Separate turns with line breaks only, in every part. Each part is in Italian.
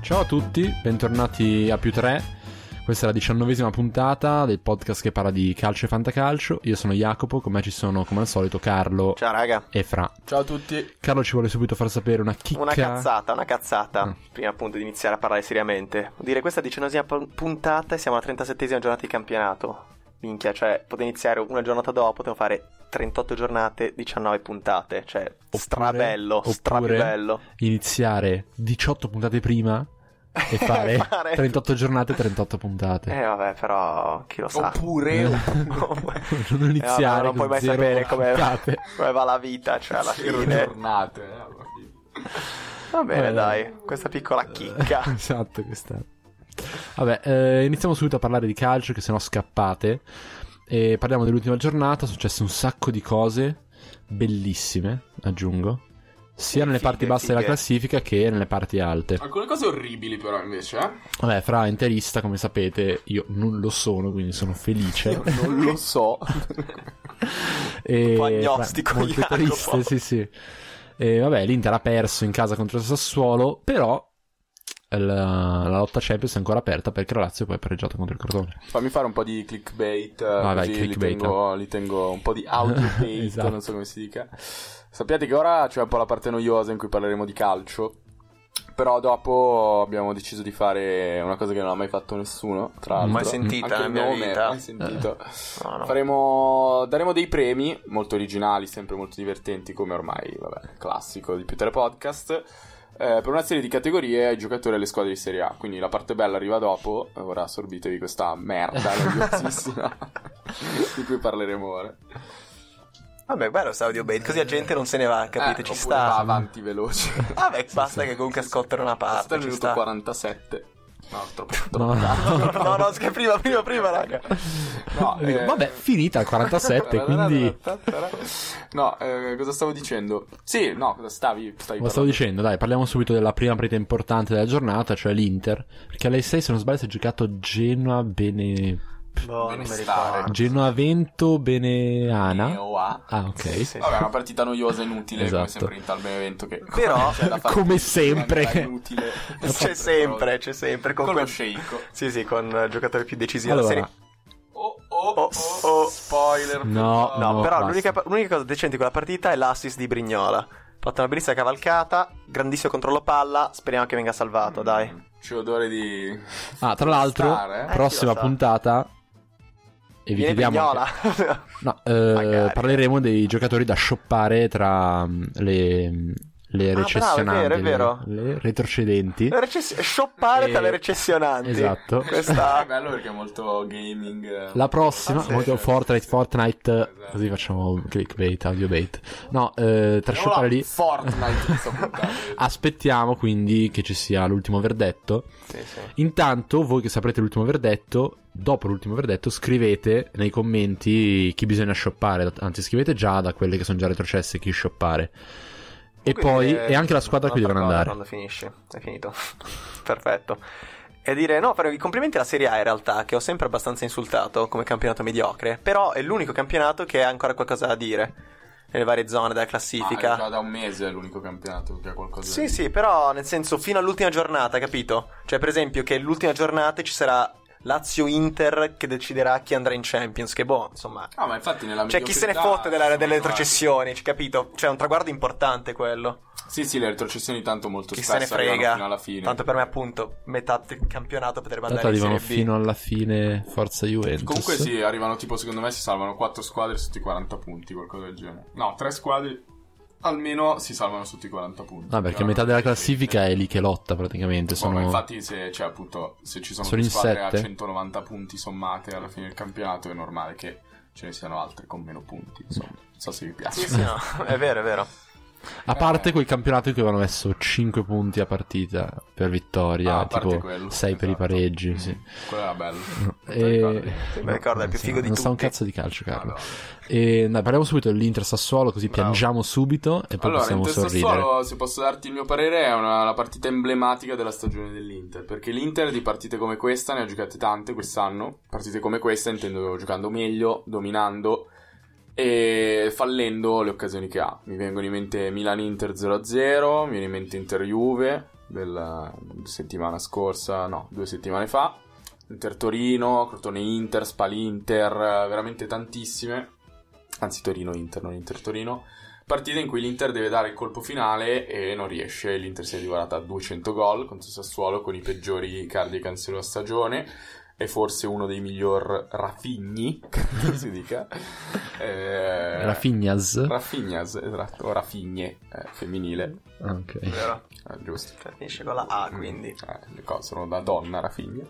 Ciao a tutti, bentornati a più 3. Questa è la diciannovesima puntata del podcast che parla di calcio e fantacalcio. Io sono Jacopo, con me ci sono come al solito Carlo
Ciao raga.
e Fra.
Ciao a tutti.
Carlo ci vuole subito far sapere una chicca.
Una cazzata, una cazzata.
Mm.
Prima appunto di iniziare a parlare seriamente. Vuol dire questa è la diciannovesima pu- puntata e siamo alla 37esima giornata di campionato. Minchia, cioè, potevo iniziare una giornata dopo, potevo fare 38 giornate, 19 puntate. Cioè, strabello,
oppure-
strabello.
Iniziare 18 puntate prima e fare
Eh, Fare-
38 giornate e 38 puntate.
Eh vabbè, però chi lo sa.
Oppure
non
Eh, vabbè,
iniziare
non
con
puoi mai
zero
sapere come,
puntate.
come va la vita, cioè alla
zero
fine.
giornate. eh, alla fine.
Va bene,
Eh,
dai, questa piccola chicca.
esatto, questa. Vabbè, eh, iniziamo subito a parlare di calcio, che sennò scappate. E parliamo dell'ultima giornata, sono successe un sacco di cose bellissime, aggiungo, sia
Sì,
nelle
fighe,
parti basse della
fighe.
classifica che nelle parti alte.
Alcune cose orribili però invece, eh?
Vabbè, fra interista, come sapete, io non lo sono, quindi sono felice.
Non lo so.
e
po' agnostico,
fra- molto
Jacopo.
triste, sì, sì. E vabbè, l'Inter ha perso in casa contro il Sassuolo, però la, la lotta Champions è ancora aperta perché la Lazio poi ha pareggiato contro il Crotone.
Fammi fare un po' di clickbait, eh,
Vai, vai,
così
clickbait,
Li, tengo, li tengo un po' di audio bait,
Esatto.
non so come si dica. Sappiate che ora c'è un po' la parte noiosa in cui parleremo di calcio, però dopo abbiamo deciso di fare una cosa che non ha mai fatto nessuno, tra l'altro.
Mai sentita eh, nella
Anche il
mia
nome,
vita. Eh.
Mai sentito.
No, no.
Faremo, daremo dei premi molto originali, sempre molto divertenti, come ormai vabbè, classico di più tre podcast. eh, per una serie di categorie ai giocatori e alle squadre di Serie A. Quindi la parte bella arriva dopo. Ora assorbitevi questa merda noiosissima di cui parleremo ora.
Vabbè, bello sta audio bait, così la gente non se ne va, capite?
Eh,
Ci
oppure
sta.
Va avanti veloce.
Vabbè, basta che comunque ascoltano una
Sta
parte.
al
Ah, Ci
minuto
sta.
47. No, troppo.
No, no.
no, no, scher- prima, prima, prima, raga.
No, eh,
Vabbè, finita al 47, quindi...
No, eh, cosa stavo dicendo? Sì, no, cosa stavi, stavi
Lo stavo
parlando?
dicendo, dai, parliamo subito della prima partita importante della giornata, cioè l'Inter. Perché alle 6, se non sbaglio, si è giocato Genoa Bene...
No, non mi
Benestare.
ricordo.
Genoa Vento Beneana.
Neoa.
Ah, ok.
Sì, sì.
Vabbè, una partita noiosa e inutile,
Esatto.
come sempre in tal evento che...
Però-
c'è da fare
Come
tutto,
sempre.
è inutile.
C'è sempre, c'è sempre. Con,
Con lo
quel...
sceicco.
Sì, sì, con eh, giocatori più decisi della
Allora,
serie.
Oh, oh,
Oh,
oh,
oh.
spoiler.
No,
No,
oh,
no,
però
basta.
l'unica, l'unica cosa decente di quella partita è l'assist di Brignola. Fatta una bellissima cavalcata, grandissimo controllo palla, speriamo che venga salvato, dai.
C'è odore di...
ah, tra l'altro,
Stare, eh.
prossima
Eh, chi lo sa.
puntata... E vi
Viene
chiediamo...
Brignola.
anche- No, eh,
Magari.
parleremo dei giocatori da shoppare tra mm, le, le
Ah, bravo, è
recessionanti.
vero, è vero.
Le, le retrocedenti.
Recess- shoppare
Eh,
tra le recessionanti.
esatto.
È
Questa...
bello perché è molto gaming. eh.
La prossima,
Sì.
molto Fortnite, Fortnite,
Esatto.
così facciamo clickbait, audio bait. No, eh, tra
Andiamo là,
shoppare lì
Fortnite, questa puntata.
Ah,
aspettiamo quindi che ci sia l'ultimo verdetto.
Sì, sì.
Intanto, voi che saprete l'ultimo verdetto, dopo l'ultimo verdetto scrivete nei commenti chi bisogna shoppare, anzi scrivete già da quelle che sono già retrocesse chi shoppare. E poi,
eh,
e anche la squadra a cui
un'altra
devono andare.
cosa, Quando finisce, è finito. Perfetto. E dire, no, però i complimenti alla Serie A in realtà, che ho sempre abbastanza insultato come campionato mediocre, però è l'unico campionato che ha ancora qualcosa da dire nelle varie zone della
Ah, è
classifica.
già da un mese è l'unico campionato che ha qualcosa
sì,
di-
sì, però nel senso fino all'ultima giornata, capito? Cioè, per esempio, che l'ultima giornata ci sarà Lazio-Inter che deciderà chi andrà in Champions, che boh, insomma...
Ah, ma infatti nella
Cioè, chi se ne fotte della- delle retrocessioni, cioè, capito? Cioè, è un traguardo importante quello.
Sì, sì, le retrocessioni tanto molto
Chi se
spesso
ne
arrivano
frega.
fino alla fine.
Tanto per me, appunto, metà del campionato potrebbe
Tanto
andare in Serie
arrivano
B.
fino alla fine, forza Juventus.
Comunque sì, arrivano tipo, secondo me si salvano 4 squadre sotto i 40 punti, qualcosa del genere. No, 3 squadre almeno si salvano sotto i 40 punti.
No, Ah, perché metà della classifica è lì che lotta praticamente.
Oh,
Sono...
Sono...
infatti se, cioè, appunto, se ci sono,
Sono
due
in
squadre a
sette.
190 punti sommate alla fine del campionato è normale che ce ne siano altre con meno punti, insomma. Non so se vi piace.
Sì, sì, no, è vero, è vero.
A parte quel campionato in cui avevano messo 5 punti a partita per vittoria,
Ah, a parte
tipo
quello,
6 per i
esatto.
pareggi. Sì.
Quello era bello.
E...
Sì, mi ricordo, è il più
sì,
figo di
Non sa un
tutti.
cazzo di calcio, Carlo.
Madonna.
E dai, parliamo subito dell'Inter Sassuolo, così
Bravo.
piangiamo subito e poi
Allora,
possiamo
Inter
sorridere.
Sassuolo, se posso darti il mio parere, è una, la partita emblematica della stagione dell'Inter. Perché l'Inter di partite come questa ne ha giocate tante quest'anno. Partite come questa intendo giocando meglio, dominando e fallendo le occasioni che ha. Mi vengono in mente Milan-Inter 0-0, mi viene in mente Inter-Juve. della settimana scorsa, no, due settimane fa. Inter Torino, Crotone Inter, Spali Inter, eh, veramente tantissime. Anzi, Torino Inter, non Inter Torino. Partite in cui l'Inter deve dare il colpo finale e non riesce. L'Inter si è divorata a 200 gol contro Sassuolo con i peggiori Cardi e Cancelo a stagione e forse uno dei miglior Raffigni, che si dica. Eh,
Rafinhas.
Raffignas, esatto, o Raffigne, eh, femminile.
Ah, ok.
vero?
Eh, giusto.
Cioè, finisce con la A, quindi.
Eh, le cose sono da donna, Rafinha.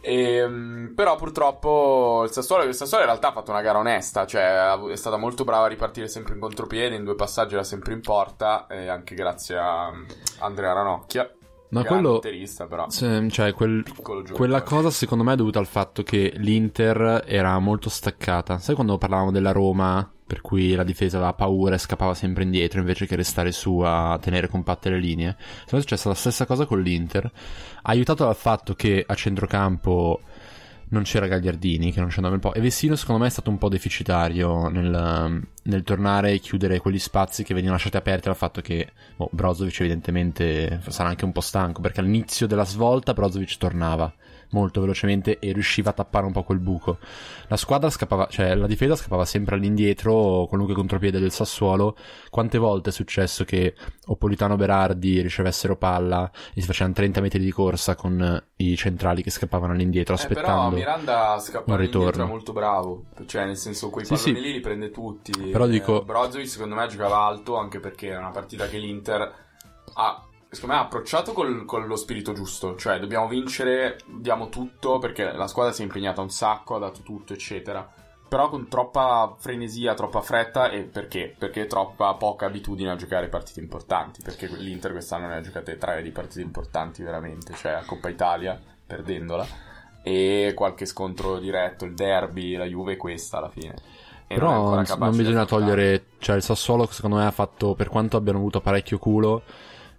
Ehm, però purtroppo il Sassuolo, il Sassuolo in realtà ha fatto una gara onesta, cioè ha avu- è stata molto brava a ripartire sempre in contropiede, in due passaggi era sempre in porta, eh, anche grazie a mm, Andrea Ranocchia.
Ma
grande
quello.
interista, però.
se- Cioè, quel-
Piccolo giocatore.
quella cosa secondo me è dovuta al fatto che l'Inter era molto staccata. Sai quando parlavamo della Roma, per cui la difesa aveva paura e scappava sempre indietro invece che restare su a tenere compatte le linee? Secondo me è successa la stessa cosa con l'Inter. Aiutato dal fatto che a centrocampo non c'era Gagliardini, che non ci andava un po'. E Vessino, secondo me, è stato un po' deficitario nel, nel tornare e chiudere quegli spazi che venivano lasciati aperti dal fatto che boh, Brozovic, evidentemente, sarà anche un po' stanco. Perché all'inizio della svolta Brozovic tornava molto velocemente e riusciva a tappare un po' quel buco. La squadra scappava, cioè la difesa scappava sempre all'indietro, qualunque contropiede del Sassuolo. Quante volte è successo che Opolitano Berardi ricevessero palla e si facevano 30 metri di corsa con eh, i centrali che scappavano all'indietro,
Eh, però
aspettando.
Miranda
un
scappando
ritorno.
indietro è molto bravo, cioè nel senso quei
Sì,
palloni
sì.
lì li prende tutti.
Però
Eh,
dico-
Brozovic secondo me giocava alto anche perché era una partita che l'Inter ha secondo me ha approcciato col- con lo spirito giusto, cioè dobbiamo vincere, diamo tutto perché la squadra si è impegnata un sacco, ha dato tutto, eccetera. Però con troppa frenesia, troppa fretta e perché? Perché troppa poca abitudine a giocare partite importanti, perché l'Inter quest'anno ne ha giocate tre di partite importanti veramente, cioè la Coppa Italia perdendola e qualche scontro diretto, il derby, la Juve questa alla fine. E non è
Però
ancora
non,
capace
non
di
bisogna
affrontare.
togliere, cioè il Sassuolo secondo me ha fatto, per quanto abbiano avuto parecchio culo,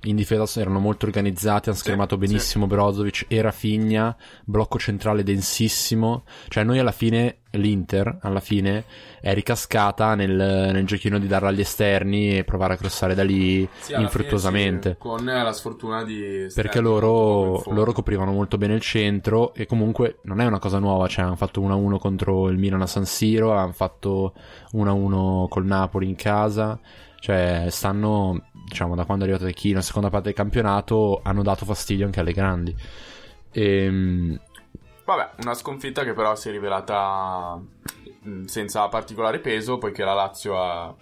in difesa erano molto organizzati, hanno schermato
sì.
benissimo Brozovic e Rafinha, blocco centrale densissimo, cioè noi alla fine, l'Inter alla fine è ricascata nel, nel giochino di darla agli esterni e provare a crossare da lì
Sì, alla
infruttuosamente.
fine sì, con la sfortuna di
Perché
Sterling,
loro,
poco in
loro
fondo.
coprivano molto bene il centro e comunque non è una cosa nuova, cioè hanno fatto 1-1 contro il Milan a San Siro, hanno fatto 1-1 col Napoli in casa, cioè stanno, diciamo, da quando è arrivato Tecchino, seconda parte del campionato, hanno dato fastidio anche alle grandi. Ehm,
Vabbè, una sconfitta che però si è rivelata mh, senza particolare peso, poiché la Lazio ha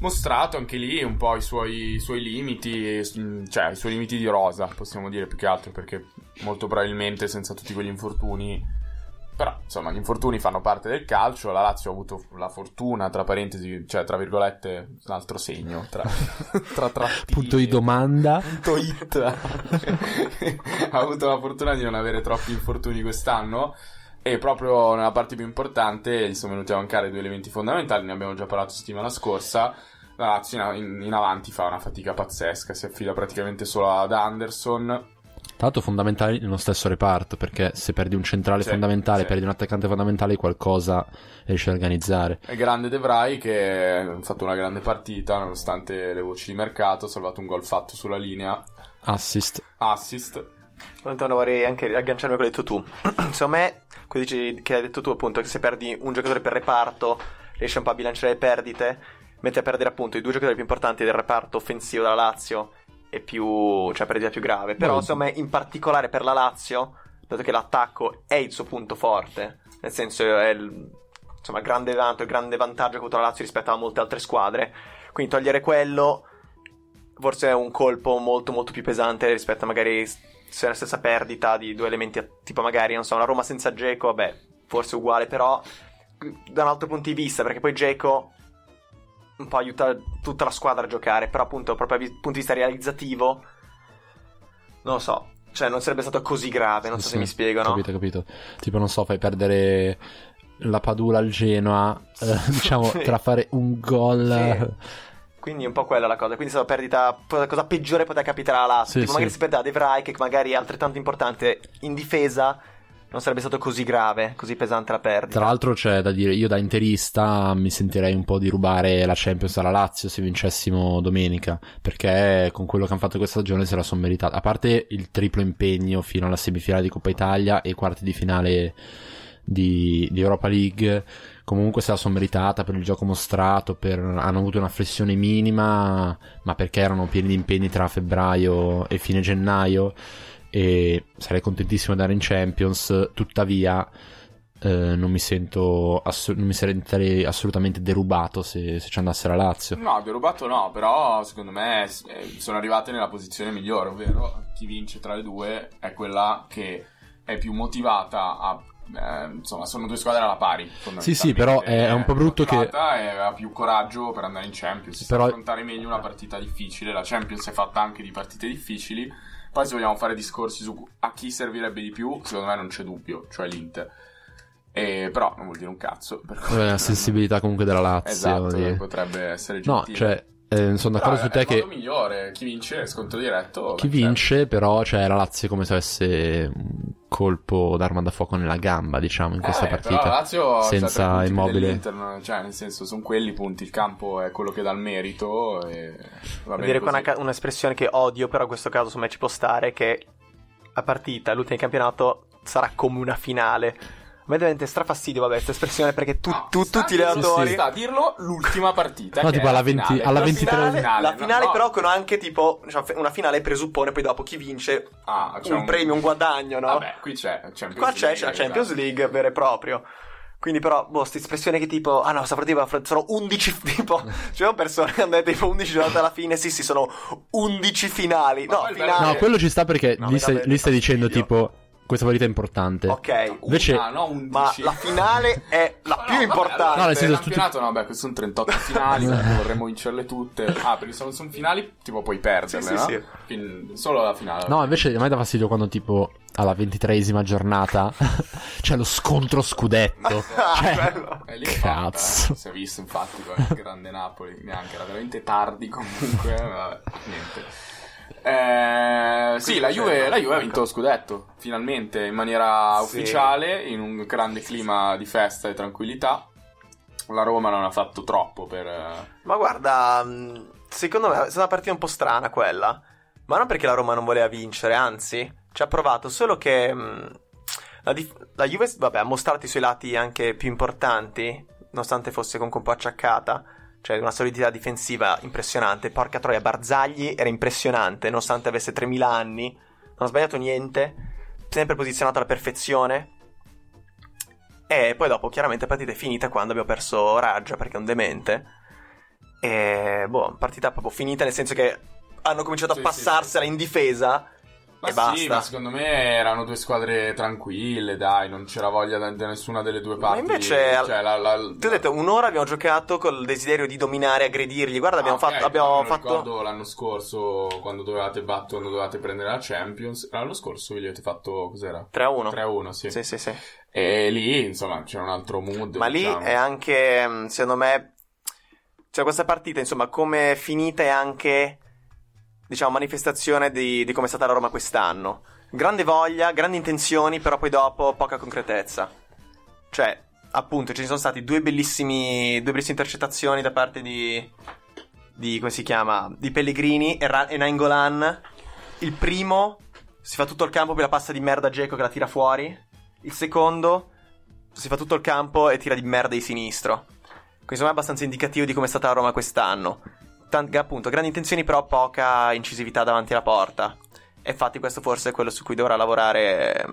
mostrato anche lì un po' i suoi, i suoi limiti, e s- mh, cioè i suoi limiti di rosa, possiamo dire più che altro, perché molto probabilmente senza tutti quegli infortuni... Però, insomma, gli infortuni fanno parte del calcio, la Lazio ha avuto la fortuna, tra parentesi, cioè, tra virgolette, un altro segno, tra... tra trattini.
punto di domanda.
Punto it ha avuto la fortuna di non avere troppi infortuni quest'anno e proprio nella parte più importante gli sono venuti a mancare due elementi fondamentali ne abbiamo già parlato settimana scorsa la Lazio in, in- in avanti fa una fatica pazzesca si affida praticamente solo ad Anderson
Tra l'altro fondamentali nello stesso reparto, perché se perdi un centrale
Sì,
fondamentale,
sì.
perdi un attaccante fondamentale, qualcosa riesci a organizzare.
e grande De Vrij che ha fatto una grande partita nonostante le voci di mercato ha salvato un gol fatto sulla linea
Assist.
assist
Antonio, vorrei anche agganciarmi a quello che hai detto tu. Secondo me, quello che dici- che hai detto tu, appunto, che se perdi un giocatore per reparto, riesci un po' a bilanciare le perdite, mentre a perdere appunto i due giocatori più importanti del reparto offensivo della Lazio è più, cioè perdita più grave. Però,
Molto.
secondo me, in particolare per la Lazio, dato che l'attacco è il suo punto forte, nel senso è il insomma, grande vanto, il grande vantaggio che ha avuto la Lazio rispetto a molte altre squadre. Quindi togliere quello forse è un colpo molto molto più pesante rispetto a magari se è la stessa perdita di due elementi, tipo magari, non so, una Roma senza Geco, vabbè, forse uguale, però da un altro punto di vista, perché poi Geco un po' aiuta tutta la squadra a giocare, però appunto proprio dal punto di vista realizzativo, non lo so, cioè non sarebbe stato così grave, Eh, non so
Sì,
se mi
sì,
spiego, no?
Capito, capito. Tipo, non so, fai perdere la Padula al Genoa, eh, diciamo,
Sì.
tra fare un gol. eh,
Quindi è un po' quella la cosa. Quindi è stata la perdita. po- La cosa peggiore poteva capitare alla Lazio.
Sì,
Tipo,
sì.
magari si perdeva De Vrij, che magari è altrettanto importante in difesa. non sarebbe stato così grave, così pesante la perdita.
Tra l'altro c'è da dire, io da interista mi sentirei un po' di rubare la Champions alla Lazio se vincessimo domenica, perché con quello che hanno fatto questa stagione se la sono meritata. A parte il triplo impegno fino alla semifinale di Coppa Italia e quarti di finale di, di Europa League, comunque se la sono meritata per il gioco mostrato, per- hanno avuto una flessione minima, ma perché erano pieni di impegni tra febbraio e fine gennaio e sarei contentissimo di andare in Champions, tuttavia eh, non mi sento assu- non mi sentirei assolutamente derubato se, se ci andasse la Lazio.
No, derubato no, però secondo me eh, sono arrivate nella posizione migliore, ovvero chi vince tra le due è quella che è più motivata a... eh, insomma, sono due squadre alla pari. fondamentalmente.
sì, però è- è un po' brutto che-
motivata E ha più coraggio per andare in Champions.
Però-
Però... affrontare meglio una partita difficile. La Champions è fatta anche di partite difficili. Poi, se vogliamo fare discorsi su a chi servirebbe di più, secondo me non c'è dubbio, cioè l'Inter. E, però non vuol dire un cazzo. per cui-
Eh, La sensibilità comunque della Lazio.
Esatto,
di-
potrebbe essere
No,
gentile.
cioè, eh, sono
Però
d'accordo su te
è il
che
modo migliore, chi vince è scontro diretto.
chi
beh, certo.
vince, però, cioè, la Lazio è come se avesse un colpo d'arma da fuoco nella gamba, diciamo, in questa
Eh,
partita.
però la Lazio ha
senza
già tre punti più
Immobile.
dell'Inter, no? Cioè, nel senso, sono quelli i punti. Il campo è quello che dà il merito. E... Va
Devo
bene
dire
così.
con una ca- un'espressione che odio, però in questo caso secondo me ci può stare, che la partita, l'ultima di campionato, sarà come una finale. A me dà veramente strafastidio, vabbè, questa espressione, perché tu-
No,
tu-
Ah, sta-
tutti i
sta-
allenatori...
sta a dirlo l'ultima partita.
No,
che
tipo
è
alla
la
20
finale.
alla
La
23
finale, la
no,
finale
no.
però con anche tipo diciamo, fe- una finale presuppone poi dopo chi vince
Ah, c'è
un, premio, un guadagno, no?
Vabbè, qui c'è Champions
Qua c'è,
League,
c'è la
esatto.
Champions League vera e proprio. Quindi però, boh, sta espressione che tipo, ah no, sta partita fra- sono 11, tipo, c'erano persone che hanno detto tipo 11 giornate alla fine, sì sì, sono 11 finali.
Ma
No,
poi il bello-
finali.
No, quello ci sta perché
No,
lì,
mi dà
stai,
veramente
lì stai dicendo,
fastidio.
tipo, questa partita è importante.
Ok,
Una,
Invece-
Ah, no, 11.
ma la finale è la
Ma
più
no,
importante.
No,
Vabbè,
nel
allora,
senso,
per campionato, no, beh, queste sono 38 finali, quindi vorremmo vincerle tutte. Ah, perché sono, sono finali, tipo puoi perderle,
Sì,
no?
sì, sì.
Quindi solo la finale.
No, invece a me dà fastidio quando tipo alla ventitreesima giornata c'è lo scontro scudetto.
Ah,
Cioè,
bello.
E lì è fatta,
cazzo.
eh. Si è visto infatti con il grande Napoli, neanche, era veramente tardi comunque, eh, vabbè, niente. Eh, sì, la Juve, la Juve ha vinto lo scudetto, finalmente, in maniera
Sì.
ufficiale, in un grande clima di festa e tranquillità. La Roma non ha fatto troppo per... eh,
Ma guarda, mh, secondo me è stata una partita un po' strana quella. Ma non perché la Roma non voleva vincere, anzi, ci ha provato, solo che mh, la, dif- la Juve vabbè, ha mostrato i suoi lati anche più importanti, nonostante fosse comunque un po' acciaccata. Cioè, una solidità difensiva impressionante. Porca troia, Barzagli era impressionante, nonostante avesse 3000 anni. Non ha sbagliato niente. Sempre posizionato alla perfezione. E poi dopo, chiaramente, la partita è finita quando abbiamo perso Raggia perché è un demente. E boh, partita proprio finita, nel senso che hanno cominciato
Sì,
a
sì,
passarsela in difesa.
Ma
E
sì,
basta.
ma secondo me erano due squadre tranquille, dai, non c'era voglia da, da nessuna delle due
Ma
parti.
invece, al-
cioè, la- la-
ti ho detto, un'ora abbiamo giocato col desiderio di dominare, aggredirgli. Guarda, abbiamo
Ah, ok,
fatto. Abbiamo
me lo
fatto...
ricordo l'anno scorso quando dovevate battere, quando dovevate prendere la Champions. L'anno scorso vi avete fatto cos'era?
3-1.
3-1, sì.
Sì, sì, sì.
E lì, insomma, c'era un altro mood.
Ma lì
diciamo.
è anche, mh, secondo me, cioè questa partita, insomma, come è finita è anche, diciamo, manifestazione di, di come è stata la Roma quest'anno. Grande voglia, grandi intenzioni, però poi dopo poca concretezza. Cioè, appunto, ci sono stati due bellissimi, due bellissime intercettazioni da parte di, di come si chiama, di Pellegrini e, Ra- e Nainggolan. Il primo si fa tutto il campo per la passa di merda a Dzeko che la tira fuori. Il secondo si fa tutto il campo e tira di merda di sinistro. Quindi secondo me è abbastanza indicativo di come è stata la Roma quest'anno. Tan- appunto, grandi intenzioni però poca incisività davanti alla porta. E infatti questo forse è quello su cui dovrà lavorare ehm,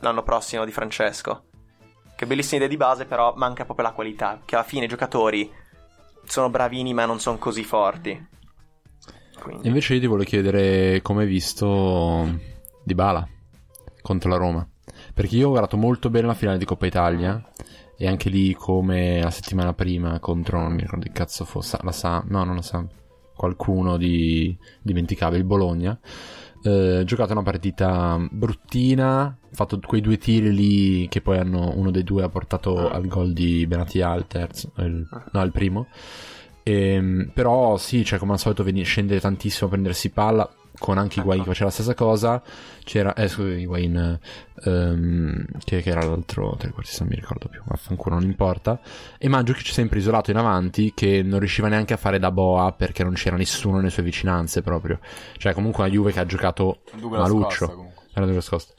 l'anno prossimo di Francesco. Che bellissima idea di base, però manca proprio la qualità. Che alla fine i giocatori sono bravini ma non sono così forti. Quindi...
Invece io ti volevo chiedere come hai visto Di Bala contro la Roma. Perché io ho guardato molto bene la finale di Coppa Italia. E anche lì come la settimana prima contro, non mi ricordo che cazzo fosse, la Sa, no non la Sa, qualcuno di, dimenticava, il Bologna. Eh, giocato una partita bruttina, fatto quei due tiri lì che poi hanno, uno dei due ha portato al gol di Benatia, il terzo, il- no il primo. Ehm, però sì, cioè, come al solito veni- scendere tantissimo a prendersi palla con anche Higuain che faceva la stessa cosa. C'era, eh, scusa, Higuain, ehm, che, che era l'altro trequartista, non mi ricordo più, vaffanculo, non importa. E Mandzukic sempre isolato in avanti, che non riusciva neanche a fare da boa perché non c'era nessuno nelle sue vicinanze proprio. Cioè, comunque una Juve che ha giocato
Douglas
Maluccio.
Costa, comunque.
era Douglas Costa.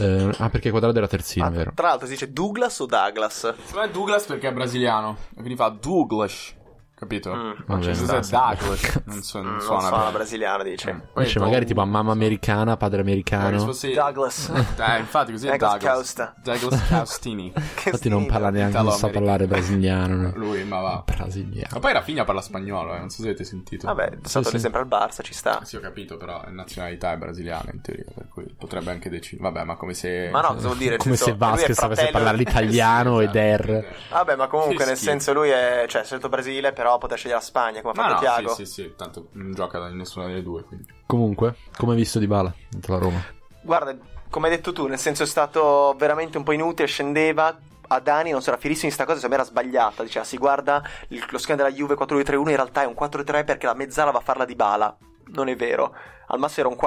Eh, ah, perché Quadrado era terzino,
Ah,
è vero?
Tra l'altro si dice Douglas o Douglas?
Secondo me Douglas perché è brasiliano. E quindi fa Douglas. Capito?
Mm,
Va
Cioè,
bene.
se sei Douglas. Non, so,
Mm,
non
non
suona.
so,
bene.
la cioè, brasiliana dice.
Mm. Poi
Invece
Doug-
magari tipo a mamma americana, padre
Magari se
americano.
fosse-
Douglas.
Eh, infatti così è
Douglas
Douglas.
Costa.
Douglas Caustini.
Che
Infatti non
stile.
parla neanche, non sa parlare brasiliano. no.
Lui, ma va. Ma
Brasiliano.
poi Rafinha parla spagnolo, eh, non so se avete sentito.
Vabbè, è stato
sì.
sempre al Barça, ci sta.
Sì, ho capito, però è nazionalità è brasiliana in teoria, per cui potrebbe anche decidere. Vabbè, ma come se...
Ma no, cosa vuol dire?
Come
Nel senso,
se
lui è
Vasquez sapesse
fratello-
parlare l'italiano ed er.
Vabbè, ma comunque,
Che
nel
schifo.
senso, lui è. Cioè, ha scelto Brasile, però poteva scegliere la Spagna, come ha
Ma
fatto
no,
Tiago.
sì, sì, sì, tanto non gioca da nessuna delle due, quindi...
Comunque, come hai visto Di Bala dentro la Roma?
Guarda, come hai detto tu, nel senso è stato veramente un po' inutile, scendeva. A Dani non sarà fierissimo di sta cosa, secondo me era sbagliata. Diceva, si guarda il- lo schema della Juve 4-2-3-1, in realtà è un 4-3 perché la mezzala va a farla di bala. Non è vero. Al massimo era un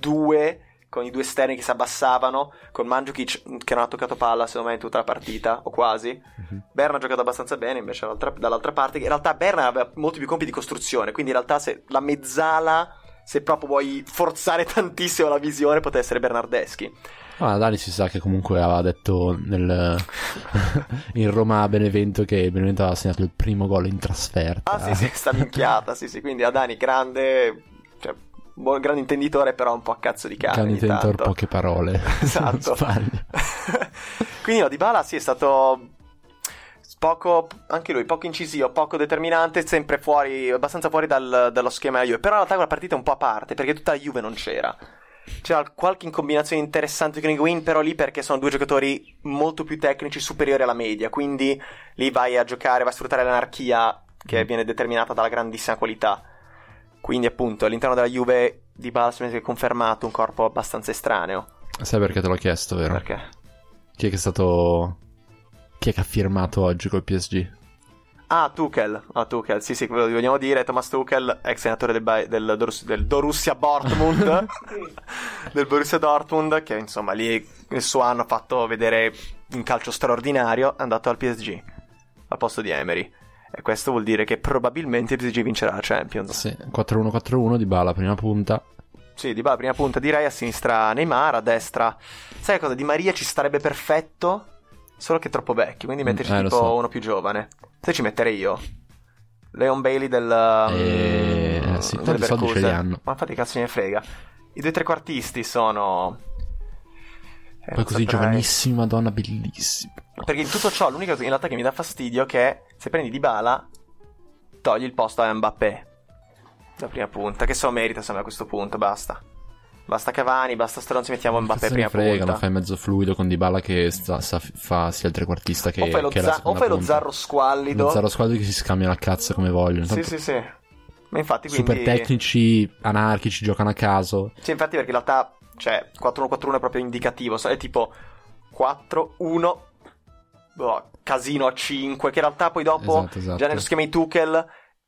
4-4-2 con i due esterni che si abbassavano, con Mandzukic che non ha toccato palla secondo me in tutta la partita, o quasi. Berna ha giocato abbastanza bene invece dall'altra, dall'altra parte. che In realtà Berna aveva molti più compiti di costruzione, quindi in realtà se la mezzala, se proprio vuoi forzare tantissimo la visione, poteva essere Bernardeschi.
Ah, Dani si sa che comunque aveva detto nel... in Roma a Benevento che Benevento aveva segnato il primo gol in trasferta.
Ah sì, sì, sta minchiata, sì sì, quindi Adani grande, cioè, buon, grande intenditore però un po' a cazzo di cane
Cani
ogni
Tentor,
tanto.
poche parole. Se
Esatto.
non sbaglio.
Quindi no, Dybala sì è stato poco, anche lui, poco incisivo, poco determinante, sempre fuori, abbastanza fuori dal- dallo schema della Juve. Però in realtà quella partita è un po' a parte, perché tutta la Juve non c'era. C'era qualche combinazione interessante con Higuain, però lì perché sono due giocatori molto più tecnici, superiori alla media, quindi lì vai a giocare, vai a sfruttare l'anarchia che viene determinata dalla grandissima qualità. Quindi appunto all'interno della Juve di Balsam è confermato un corpo abbastanza estraneo.
Sai perché te l'ho chiesto, vero?
Perché?
Chi è che è stato... Chi è che ha firmato oggi col PSG?
Ah, Tuchel. Ah, Tuchel. Sì, sì, quello che vogliamo dire. Thomas Tuchel, ex senatore del, Bay- del, Dorus- del Dorussia Dortmund. del Borussia Dortmund, che insomma lì il suo anno ha fatto vedere un calcio straordinario. È andato al PSG, al posto di Emery. E questo vuol dire che probabilmente il PSG vincerà la Champions.
Sì, 4-1-4-1 di Bala, prima punta.
Sì, di Bala, prima punta direi, a sinistra Neymar, a destra... Sai cosa? Di Maria ci starebbe perfetto, solo che è troppo vecchio, quindi
Mm,
metterci
eh, lo
tipo
so.
uno più giovane. Se ci metterei io? Leon Bailey del... um,
Eh, sì,
del
tanto i soldi ce li
Leverkusen.
hanno.
Ma infatti cazzo ne frega. I due trequartisti sono... eh,
Poi
non
così
saprei.
giovanissima, donna bellissima.
Perché in tutto ciò l'unica cosa in realtà che mi dà fastidio è che se prendi Di Bala togli il posto a Mbappé. La prima punta, che se lo merita sembra a questo punto, basta. Basta Cavani, basta Stronzi, mettiamo Mbappé
Cazzo
prima
ne frega, lo
punta.
fai mezzo fluido con Dybala che sta- sa- fa sia il trequartista che,
o fai, lo,
che la
za- o
seconda
fai lo
punta.
zarro squallido.
Lo Zarro squadri che si scambiano a cazzo come vogliono.
Sì,
Tanto
sì, sì. Ma infatti quindi...
super tecnici, anarchici, giocano a caso.
Sì, infatti perché in realtà, cioè, 4-1-4-1 è proprio indicativo, sai, tipo 4-1, boh, casino a 5, che in realtà poi dopo...
esatto, esatto.
Già nello schema di Tuchel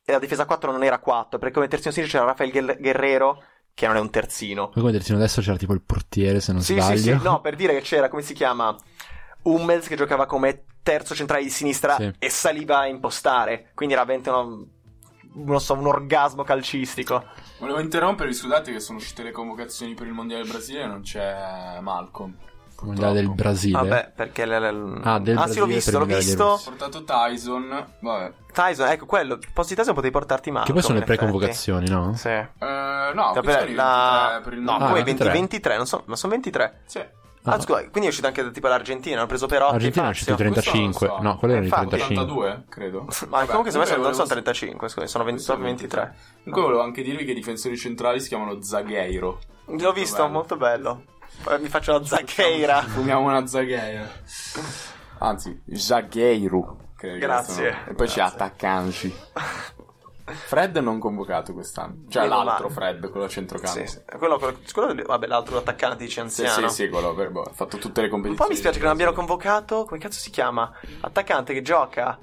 eh, la difesa 4 non era 4, perché come terzino sinistro c'era Rafael Guer- Guerrero, che non è un terzino.
Poi come terzino adesso c'era tipo il portiere, se non
sì,
sbaglio.
sì, sì, no, per dire che c'era, come si chiama, Hummels che giocava come terzo centrale di sinistra
Sì.
e saliva a impostare, quindi era veramente uno- non so, un orgasmo calcistico.
Volevo interrompere, scusate che sono uscite le convocazioni per il Mondiale del Brasile e non c'è Malcolm.
Mondiale del
purtroppo.
Brasile.
Vabbè, perché... le- le-
Ah, del
sì,
Brasile per il
l'ho visto, l'ho
Mondiale del
visto.
Ho portato Tyson, vabbè.
Tyson, ecco quello, posti di Tyson potevi portarti male.
che poi sono le preconvocazioni, no?
Sì.
Eh, no,
Vabbè,
questa è
la-
la... per il
No,
Ah,
poi
23.
20, 23, non so, ma sono 23.
Sì.
Ah,
Ah.
scusa, quindi è uscito anche tipo l'Argentina, hanno preso Perotti
Argentina è
Fazio.
uscito 35.
questo non lo so.
No, quello era il
Infatti.
35.
82, Ah, credo.
Ma comunque
Vabbè,
secondo me sono- non
volevo-
sono 35, scusa, sono 20, sono 23.
Comunque volevo anche dirvi che i difensori centrali si chiamano Zagheiro.
L'ho visto,
bello.
molto bello. Poi Mi faccio la zaccheira.
Fumiamo una Zagheiro. Anzi, Zagheiro. credo che
Grazie.
siano. E poi c'è
Grazie.
Attaccanci. Fred non convocato quest'anno. Cioè
Meno
l'altro
male.
Fred, quello a centrocampo.
Sì, sì. Quello, quello, quello- vabbè, l'altro attaccante dice
Sì,
anziano.
sì, sì, quello per boh, ha fatto tutte le
Un
competizioni.
po' mi spiace che non abbiano convocato, come cazzo si chiama? Attaccante che gioca,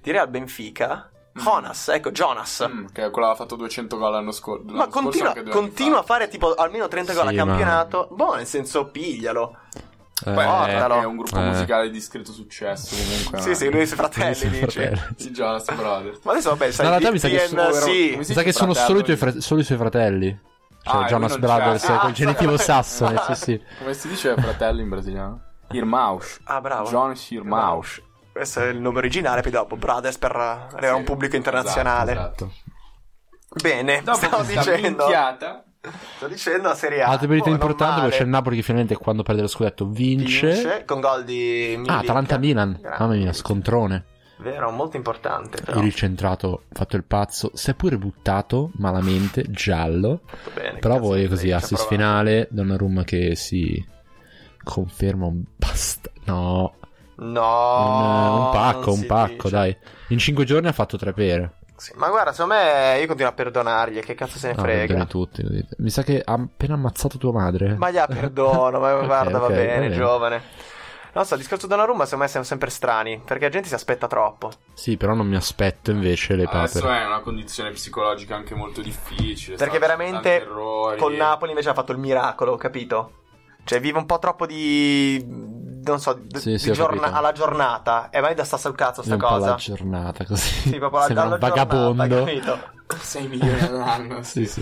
direi al Benfica, Jonas, ecco, Jonas.
Mm, che quella ha fatto 200 gol l'anno scor- l'anno scorso.
Ma continua,
anche due anni
continua a
fa.
fare tipo almeno 30 gol a
Sì, ma-
campionato. Boh, nel senso, piglialo.
Eh,
Beh,
Guardalo.
è un gruppo
Eh.
musicale di discreto successo comunque. eh.
Sì, sì, lui e i suoi fratelli
Fratelli.
dice.
I Jonas Brothers.
Ma adesso vabbè, sai,
No, in realtà mi sa che
VPN,
sono-
sì.
Mi
Mi sa che sono
fratello,
solo i, tuoi
sì.
frat- solo i suoi fratelli. Cioè,
Ah, e
Jonas
lui non
Brothers,
c'è.
col genitivo
Ah,
sassone. Sì,
ah.
sì.
Come si dice fratello in brasiliano? Irmaus.
Ah, bravo.
Jonas Irmaus.
Questo è il nome originale, poi dopo Brothers per arrivare a un
Sì,
pubblico internazionale.
esatto, esatto.
Bene, stavo
Dopo questa
dicendo,
minchiata,
stavo dicendo la Serie A.
Altra verità
Oh, non
importante perché c'è il
male.
Napoli che finalmente quando perde lo scudetto vince.
Vince con gol di Milik.
Ah, Atalanta-Milan.
Grande.
Mamma mia, scontrone.
Vero, molto importante, però.
Il ricentrato, fatto il pazzo, si è pure buttato malamente, giallo.
Fatto bene,
Però
cazzo,
voi
di eh.
così,
Freccia,
assist
provato.
finale, Donnarumma che si conferma un basta. No, un,
No,
un pacco,
Oh, non
un
si
pacco,
dice.
dai. In cinque giorni ha fatto tre pere.
Sì, ma guarda, secondo me io continuo a perdonargli, che cazzo se ne
Ah,
frega.
perdoni tutti, lo dite. Mi sa che ha appena ammazzato tua madre.
Ma gli ha perdono, ma
Ok,
guarda,
ok,
va bene, giovane. Non so, il discorso Donnarumma secondo me siamo sempre strani, perché la gente si aspetta troppo.
Sì, però non mi aspetto invece
Ah,
le
adesso
papere.
è una condizione psicologica anche molto difficile.
Perché
sta-
veramente
tanti errori.
Con Napoli invece ha fatto il miracolo, capito? Cioè vive un po' troppo di... non so, d-
Sì,
di
sì, ho
giorna-
capito.
alla giornata. E vai da sta sul cazzo
È
sta
un po' la
cosa.
giornata così.
Sì, proprio alla-
Sembra un
alla giornata,
vagabondo.
capito?
6 milioni all'anno.
sì, sì.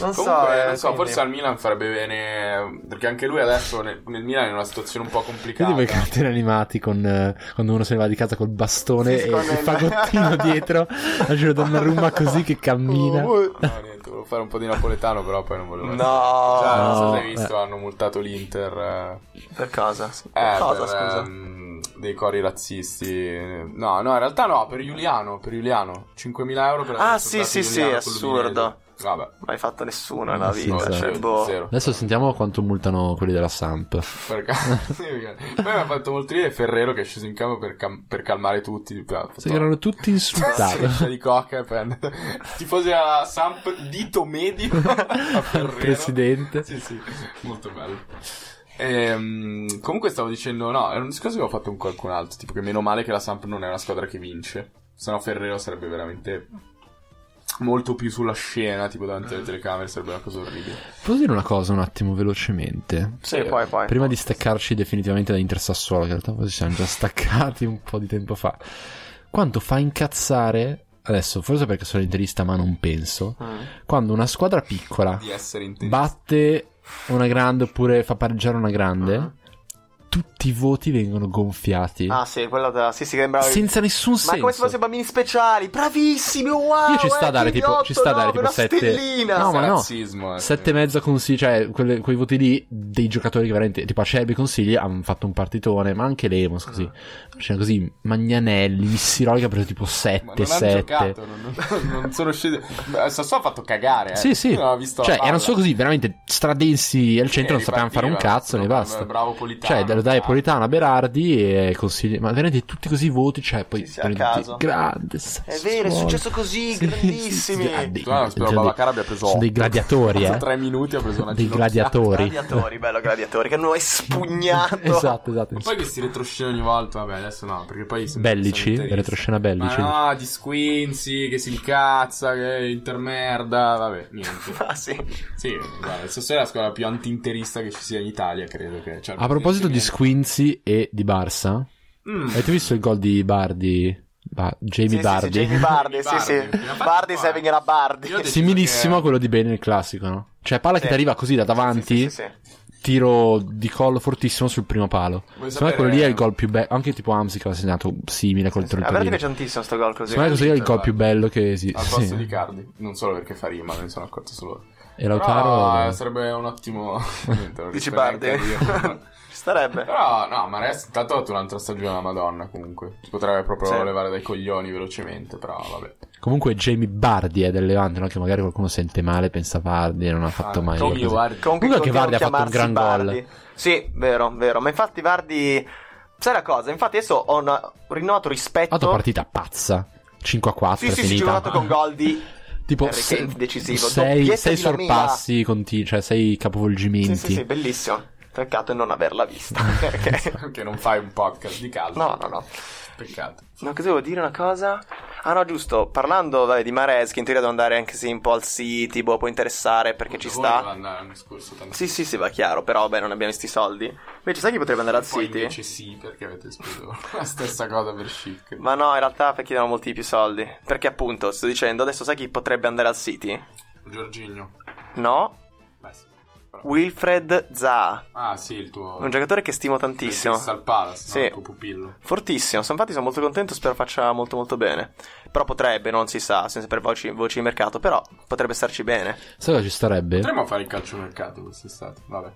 Non
Comunque,
so, eh,
non so,
quindi-
forse al Milan farebbe bene. Perché anche lui adesso nel, nel Milan è in una situazione un po'
Vedi
complicata.
quei cartoni animati con eh, quando uno se ne va di casa col bastone
Sì, sì,
e
con
il
il-
fagottino dietro, la giro Donnarumma così che cammina.
Oh,
No, niente, volevo fare un po' di napoletano, però poi non volevo.
No.
Già, non so
No,
se hai visto,
eh.
hanno multato l'Inter. eh,
Per cosa? Per
Eh,
cosa,
per,
scusa?
ehm, dei cori razzisti. No, no, in realtà no, per Giuliano, per Giuliano. 5.000 euro per aver
Ah, sì,
insultato
sì, sì,
Giuliano
è
con
assurdo.
l'Udinese. Vabbè.
Mai fatto nessuno nella
Ah, sì,
vita,
sì.
cioè, boh.
Zero.
Adesso sentiamo quanto multano quelli della Samp.
Perché... Poi mi ha fatto molto ridere Ferrero che è sceso in campo per, cam- per calmare tutti. Ha fatto-
Sì, che erano tutti insultati.
Striscia di coca e prende tifosi alla Samp dito medio a Ferrero.
Presidente.
sì sì molto bello Ehm, comunque stavo dicendo no era un discorso che avevo fatto con qualcun altro tipo che meno male che la Samp non è una squadra che vince sennò Ferrero sarebbe veramente molto più sulla scena tipo davanti
Mm.
alle telecamere sarebbe una cosa orribile
Posso dire una cosa un attimo velocemente?
Sì, poi, poi.
Prima di staccarci definitivamente da Inter Sassuolo, che in realtà poi ci siamo già staccati un po' di tempo fa. Quanto fa incazzare, adesso forse perché sono interista ma non penso,
Mm.
quando una squadra piccola
di essere intenso
batte una grande oppure fa pareggiare una grande,
Mhm.
tutti i voti vengono gonfiati.
Ah, sì, quello da... Sì, sì, che sembrava...
senza nessun
Ma
senso.
come se fossero bambini speciali, bravissimi, wow!
Io ci sta a dare
eh, che
tipo-
otto,
ci sta a dare
nove,
tipo
una
sette.
stellina.
No, ma no.
razzismo eh.
Sette e mezza consigli, cioè quelle- quei voti lì dei giocatori che veramente, tipo Acerbi consigli, hanno fatto un partitone, ma anche Lemos così. Cioè così, Magnanelli, Missiroli che ha preso tipo
Ah. Ma
7,
non hanno
7.
giocato, eh. non, non- non sono scesi. Beh, Sassuolo ha fatto cagare. Eh.
Sì, sì.
Io non ho visto
Cioè,
la palla.
erano solo così, veramente stradensi al centro,
E
non sapevano fare un
ripartiva.
cazzo, ne
Bravo-
basta.
Bravo Politano.
Cioè, dai, dai
Ah.
Politano a Berardi e consigli. Ma veramente tutti così voti, cioè, poi
Sì, sì, a
prendi-
caso.
grande.
È vero, è successo così, grandissimi.
Tu non spero Babacar abbia preso
sono Cioè, dei
otto.
gladiatori,
Dopo
eh.
tre minuti ha preso una
Dei
ginocchiata.
gladiatori.
Gladiatori, bello gladiatori, che hanno espugnato.
esatto, esatto.
Ma poi che si retroscena ogni volta, vabbè, adesso no, perché poi sono-
Bellici,
sono interisti.
retroscena bellici.
Ma no, di Squincy che si incazza, che è intermerda, vabbè, niente.
Ah, sì.
Sì, guarda, Sassuolo è la squadra più anti-interista che ci sia in Italia, credo che. cioè,
A proposito di Squincy e di Barça,
Mm.
avete visto il gol di Bardi? Ba- Jamie
Sì, sì,
Bardi?
Sì, Jamie Bardi, sì, sì.
Bardi. Ma
Bardi
fatti
se venga a Bardi.
Io ho deciso
Similissimo
che-
a quello di Bene nel classico, no? Cioè, palla che
Sì.
ti arriva così da davanti,
Sì, Ah, sì, sì, sì.
tiro di collo fortissimo sul primo palo.
Vuoi
Secondo me
sapere-
quello lì è il gol più bello. Anche tipo Amsi che aveva segnato simile col
A me
Torino.
piace tantissimo sto gol così.
Secondo me così è il
Inter,
gol
va.
più bello che esiste.
Al posto
Sì.
di Cardi, non solo perché fa rima, me ne sono accorto solo.
E
Però,
Lautaro.
eh, sarebbe un ottimo. Niente, non
Dici
riesco
Bardi?
neanche a dirlo.
Ci starebbe.
Però, no, Mares intanto ha fatto un'altra stagione alla Madonna. Comunque, si potrebbe proprio
Sì.
levare dai coglioni velocemente. Però, vabbè.
Comunque, Jamie Bardi è del Levante, no? Che magari qualcuno sente male, pensa Bardi e non ha fatto
Ah,
mai.
Tommy
così.
Vardy.
Comunque
Comunque
anche
continuano
Vardi ha
a
fatto un
chiamarsi
gran gol.
Bardi. Sì, vero, vero. Ma infatti Vardi... Sai la cosa? Infatti adesso ho una- un rinnovato rispetto...
Altra partita pazza. 5 a 4
Sì, sì, sì, giocato con gol di...
tipo
Harry Kane decisivo,
6,
doppietta di Lamela.
sorpassi continui, cioè 6 capovolgimenti.
Sì, sì, sì, bellissimo. Peccato non averla vista. Perché...
Che non fai un podcast di calcio.
No, no, no.
Peccato.
No, che devo dire una cosa? Ah no, giusto, parlando vabbè, di Mares, che in teoria deve andare anche se un po' al City, boh, può interessare perché ci
Voleva
sta.
andare l'anno scorso, tanto.
Sì, sì, sì, va chiaro, però vabbè, non abbiamo sti soldi. Invece sai chi potrebbe andare al
Poi
City?
invece sì, perché avete speso la stessa cosa per Chic.
Ma no, in realtà chiedono molti più soldi. Perché appunto, sto dicendo, adesso sai chi potrebbe andare al City?
Giorginio.
No?
Beh, sì. Però-
Wilfred Zaha,
Ah, sì, il tuo.
un giocatore che stimo tantissimo.
Crystal Palace, no?
Sì.
il tuo pupillo.
Fortissimo, sono- infatti sono molto contento, spero faccia molto molto bene. Però potrebbe, non si sa, senza per voci, voci di mercato, però potrebbe starci bene.
Sai cosa ci starebbe?
Potremmo fare il calciomercato quest'estate. Vabbè.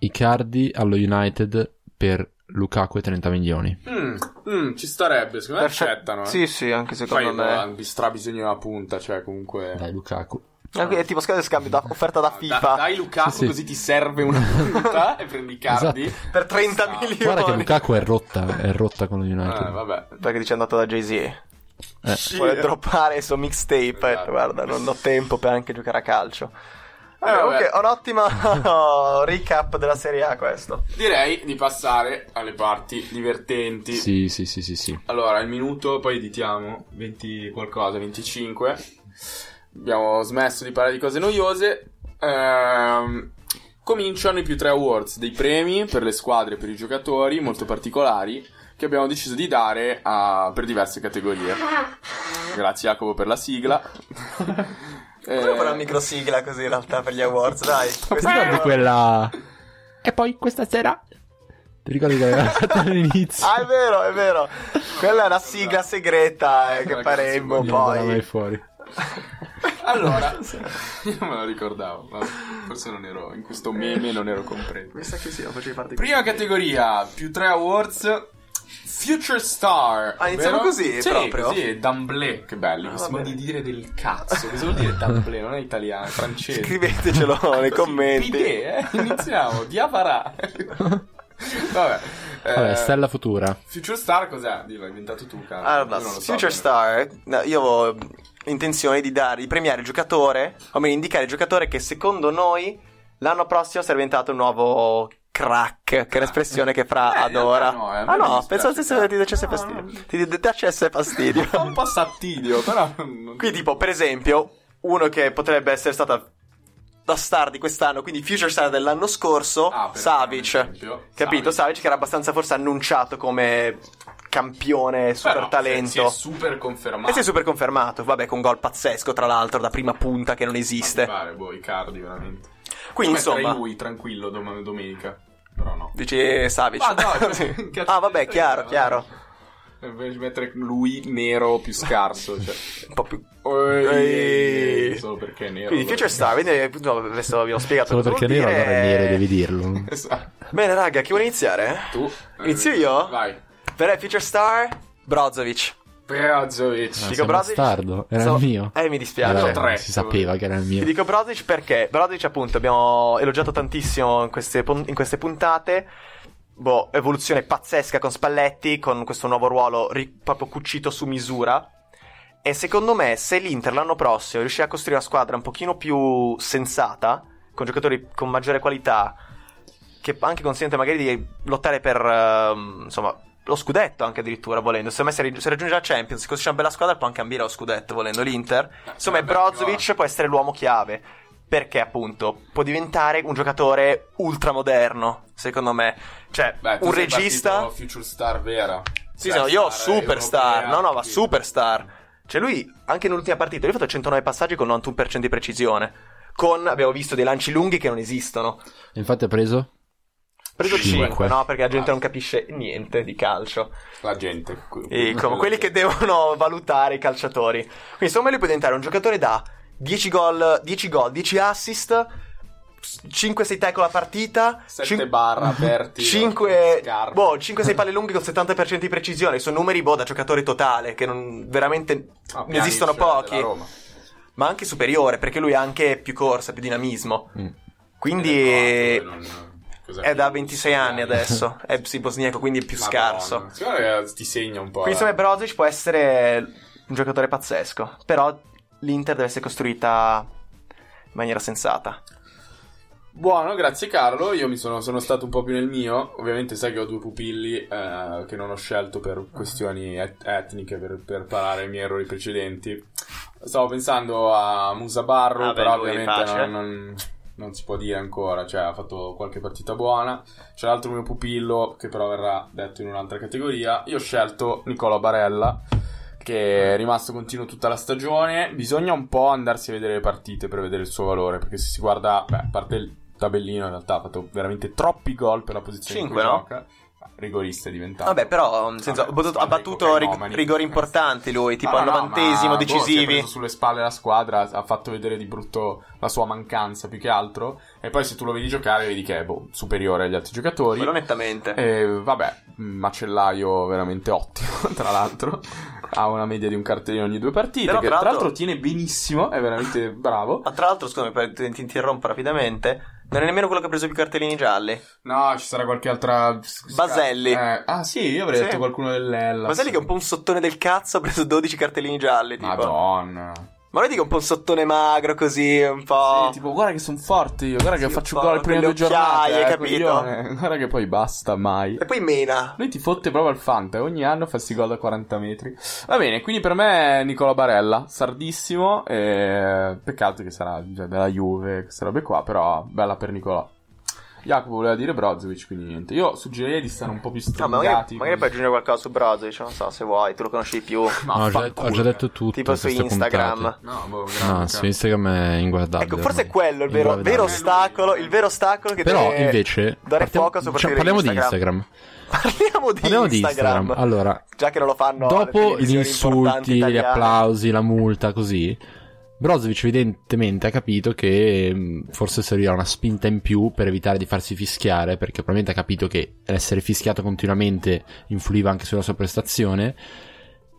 Icardi allo United per Lukaku e 30 milioni.
Mm, mm, ci starebbe, secondo me accettano. Eh.
Sì, sì, anche secondo
Poi
me.
no, vi strabisogno di una punta, cioè
Eh.
comunque.
Dai Lukaku.
Ah, quindi è tipo scambio, scambio da, offerta da
Da-
FIFA
dai Lukaku,
Sì, sì.
così ti serve una punta e prendi i cardi.
per 30
Ah,
milioni.
Guarda che Lukaku è rotta, è rotta con lo United.
Ah,
Eh, vabbè.
Perché dice è andato da Jay-Z.
Eh.
Sì,
Vuole
eh.
droppare il suo mixtape. ha detto,
Esatto.
Guarda, non ho tempo per anche giocare a calcio.
Eh,
Eh,
vabbè.
ok, ho un ottimo recap della Serie A questo.
Direi di passare alle parti divertenti.
Sì, sì, sì, sì, sì.
Allora, il minuto, poi editiamo, 20 qualcosa, 25. Abbiamo smesso di parlare di cose noiose. Ehm, cominciano i più tre awards, dei premi per le squadre e per i giocatori, molto particolari, che abbiamo deciso di dare a- per diverse categorie. Grazie Jacopo per la sigla. Eh,
Volevo fare una microsigla così in realtà per gli awards, dai.
Ti ricordi quella... E poi questa sera... Ti ricordi che avevamo fatto all'inizio?
Ah, è vero, è vero. Quella è una
Esatto.
sigla segreta eh, che
Ma che
faremmo
si
Non andrà mai
poi. eh,
fuori.
allora, io me lo ricordavo, ma forse non ero in questo meme, non ero compreso.
Mi sa che sì, lo facevi parte
Prima categoria, più 3 awards. Future Star.
Ah, iniziamo
ovvero-
così,
sì,
proprio?
Sì, Damblé. Che belli.
Ah,
Questo
va
modo di
bene.
dire del cazzo. Cosa vuol dire Damblé? Non è italiano, è francese.
Scrivetecelo nei
Così,
commenti.
pidè, eh? Iniziamo. Diavara. Vabbè. eh,
Vabbè, stella futura.
Future Star cos'è? Dillo, hai inventato tu, cara.
Allora,
Io non lo so,
Ah, Future Star, eh, no, io avevo intenzione di, dare, di premiare il giocatore, o meglio indicare il giocatore che secondo noi l'anno prossimo sarà diventato un nuovo crack, che è un'espressione che Fra
Eh, in realtà
adora.
no, eh, a me
ah
non
no,
dispiace,
pensavo stesso
crack.
che ti dacesse
No,
fastidio.
no.
Ti dacesse fastidio.
Fa un po' sattidio, però. non-
Qui tipo, per esempio, uno che potrebbe essere stata la star di quest'anno, quindi future star dell'anno scorso,
Ah, per
Savic.
esempio,
Capito?
Savic.
Savic che era abbastanza forse annunciato come campione, super
Però, Si è
talento.
super confermato.
E si è super confermato, vabbè, con gol pazzesco, tra l'altro, da prima punta che non
Mi
esiste.
pare, boh, Icardi, veramente.
Quindi,
Ci metterei
insomma,
lui tranquillo dom- domenica. Però no.
dici eh, Savic.
Ah, no, cioè, cazzo,
ah, vabbè, chiaro,
vabbè.
chiaro.
Invece di mettere lui nero più scarso. Cioè.
Un po' più...
Ehi,
Ehi.
solo perché è nero.
Quindi Future Star, quindi appunto, adesso vi ho spiegato
Solo
cosa
perché
vuol
nero allora è
dire.
nero, devi dirlo.
Esatto.
Bene, raga, chi vuole iniziare?
Tu.
Inizio io?
Vai.
Per me Future Star, Brozovic.
Ah,
Brozovic.
sei un
Brozovic-
bastardo, era
so-
il mio.
Eh, mi dispiace.
Allora,
Io tre.
si sapeva che era il
Ti
mio.
dico Brozic perché Brozic appunto abbiamo elogiato tantissimo in queste, pun- in queste puntate. Boh, evoluzione pazzesca con Spalletti, con questo nuovo ruolo ri- proprio cucito su misura. E secondo me se l'Inter l'anno prossimo riuscirà a costruire una squadra un pochino più sensata, con giocatori con maggiore qualità, che anche consente magari di lottare per, ehm, insomma, lo scudetto anche addirittura volendo. Secondo me se, ri- se raggiunge la Champions, se costruisce una bella squadra può anche ambire allo scudetto volendo l'Inter. Insomma,
Vabbè,
Brozovic può essere l'uomo chiave. Perché, appunto, può diventare un giocatore ultramoderno, secondo me. Cioè,
Beh, tu
un
sei
regista.
partito Future Star vera.
Sì,
Cioè,
no, io ho
star
superstar.
europea,
No, no, ma
capito?
superstar. Cioè, lui, anche nell'ultima partita, lui ha fatto 109 passaggi con 91% di precisione. Con, abbiamo visto, dei lanci lunghi che non esistono.
Infatti ho preso
Preso
Cinque.
5, no? Perché la gente non capisce niente di calcio.
La gente.
E come quelli che devono valutare i calciatori. Quindi, insomma, lui può diventare un giocatore da 10 gol, 10 gol, 10 assist, 5-6 tackle a partita,
7 barra aperti.
5,
scarpe.
boh, 5-6 palle lunghe con 70% di precisione. Sono numeri, boh, da giocatore totale, che non, veramente
Ah,
ne esistono
Pjanic, eh,
pochi.
della Roma.
Ma anche superiore, perché lui ha anche più corsa, più dinamismo.
Mm.
Quindi...
Eh, no, non- cos'è?
È da 26 anni adesso, è sì, bosniaco, quindi è più
Madonna.
scarso.
Secondo me ti segna un po'. eh.
Quindi
la-
secondo me Brozovic può essere un giocatore pazzesco, però l'Inter deve essere costruita in maniera sensata.
Buono, grazie Carlo. Io mi sono, sono stato un po' più nel mio. Ovviamente sai che ho due pupilli eh, che non ho scelto per questioni et- etniche, per, per parare i miei errori precedenti. Stavo pensando a Musa Barro,
Ah, beh,
però
lui,
ovviamente
pace.
non, non- non si può dire ancora. Cioè, ha fatto qualche partita buona. C'è l'altro mio pupillo, che però verrà detto in un'altra categoria. Io ho scelto Nicola Barella. Che è rimasto continuo tutta la stagione. Bisogna un po' andarsi a vedere le partite per vedere il suo valore. Perché se si guarda, beh, a parte il tabellino, in realtà ha fatto veramente troppi gol per la posizione in
Cinque,
cui
no?
gioca. Rigorista è diventato.
Vabbè, però nel senso,
Vabbè,
ha battuto- ha
squadra di
battuto rig-
cocainomani.
rigori importanti lui, tipo
No,
al
no, no,
novantesimo
ma, boh, si è
decisivi.
preso sulle spalle la squadra, ha fatto vedere di brutto la sua mancanza più che altro. E poi se tu lo vedi giocare, vedi che è boh, superiore agli altri giocatori.
Quello nettamente.
E vabbè, mm, macellaio veramente ottimo, tra l'altro. Ha una media di un cartellino ogni due partite.
Però,
che
tra
tra
l'altro-
l'altro tiene benissimo, è veramente bravo.
Ma tra l'altro, scusami, per- ti ti interrompo rapidamente. Non è nemmeno quello che ha preso più cartellini gialli.
No, ci sarà qualche altra.
Baselli.
Eh, ah, sì, io avrei
Sì.
detto qualcuno dell'Ella.
Ma sai lì che è un po' un sottone del cazzo, ha preso 12 cartellini gialli. Tipo.
Madonna.
Ma vedi che è un po' un sottone magro così, un po'.
Sì, tipo, guarda che sono forte io. Guarda che
Oh. Sì,
faccio
un po'
gol le prime
con le
due giornate.
occhiaie,
eh,
capito?
coglione. Guarda che poi basta mai.
E poi mena.
Lui ti fotte proprio al Fanta, ogni anno fa sti gol da 40 metri. Va bene, quindi per me è Nicola Barella, sardissimo, e... peccato che sarà già della Juve, queste robe qua, però bella per Nicolò. Jacopo voleva dire Brozovic, quindi niente. Io suggerirei di stare un po' più
No, ma magari,
stringati.
magari puoi aggiungere qualcosa su Brozovic, non so se vuoi, tu lo conosci di più.
Ma
No, ho, già,
vaffanculo,
ho già detto tutto.
tipo su
in queste
Instagram.
puntate.
No, boh,
No,
grazie.
su Instagram è inguardabile.
Ecco, forse è
ormai.
quello il vero,
Inguardabile.
vero ostacolo, il vero ostacolo che
Però
deve
invece
dare
partiamo-
fuoco sopra
diciamo,
per
parliamo di
Instagram.
Instagram.
Parliamo di
Parliamo di
Instagram.
Instagram. Allora,
Già che non lo fanno le
dopo gli
televisioni importanti
insulti, gli
italiane.
applausi, la multa, così, Brozovic evidentemente ha capito che mh, forse servirà una spinta in più per evitare di farsi fischiare, perché probabilmente ha capito che essere fischiato continuamente influiva anche sulla sua prestazione.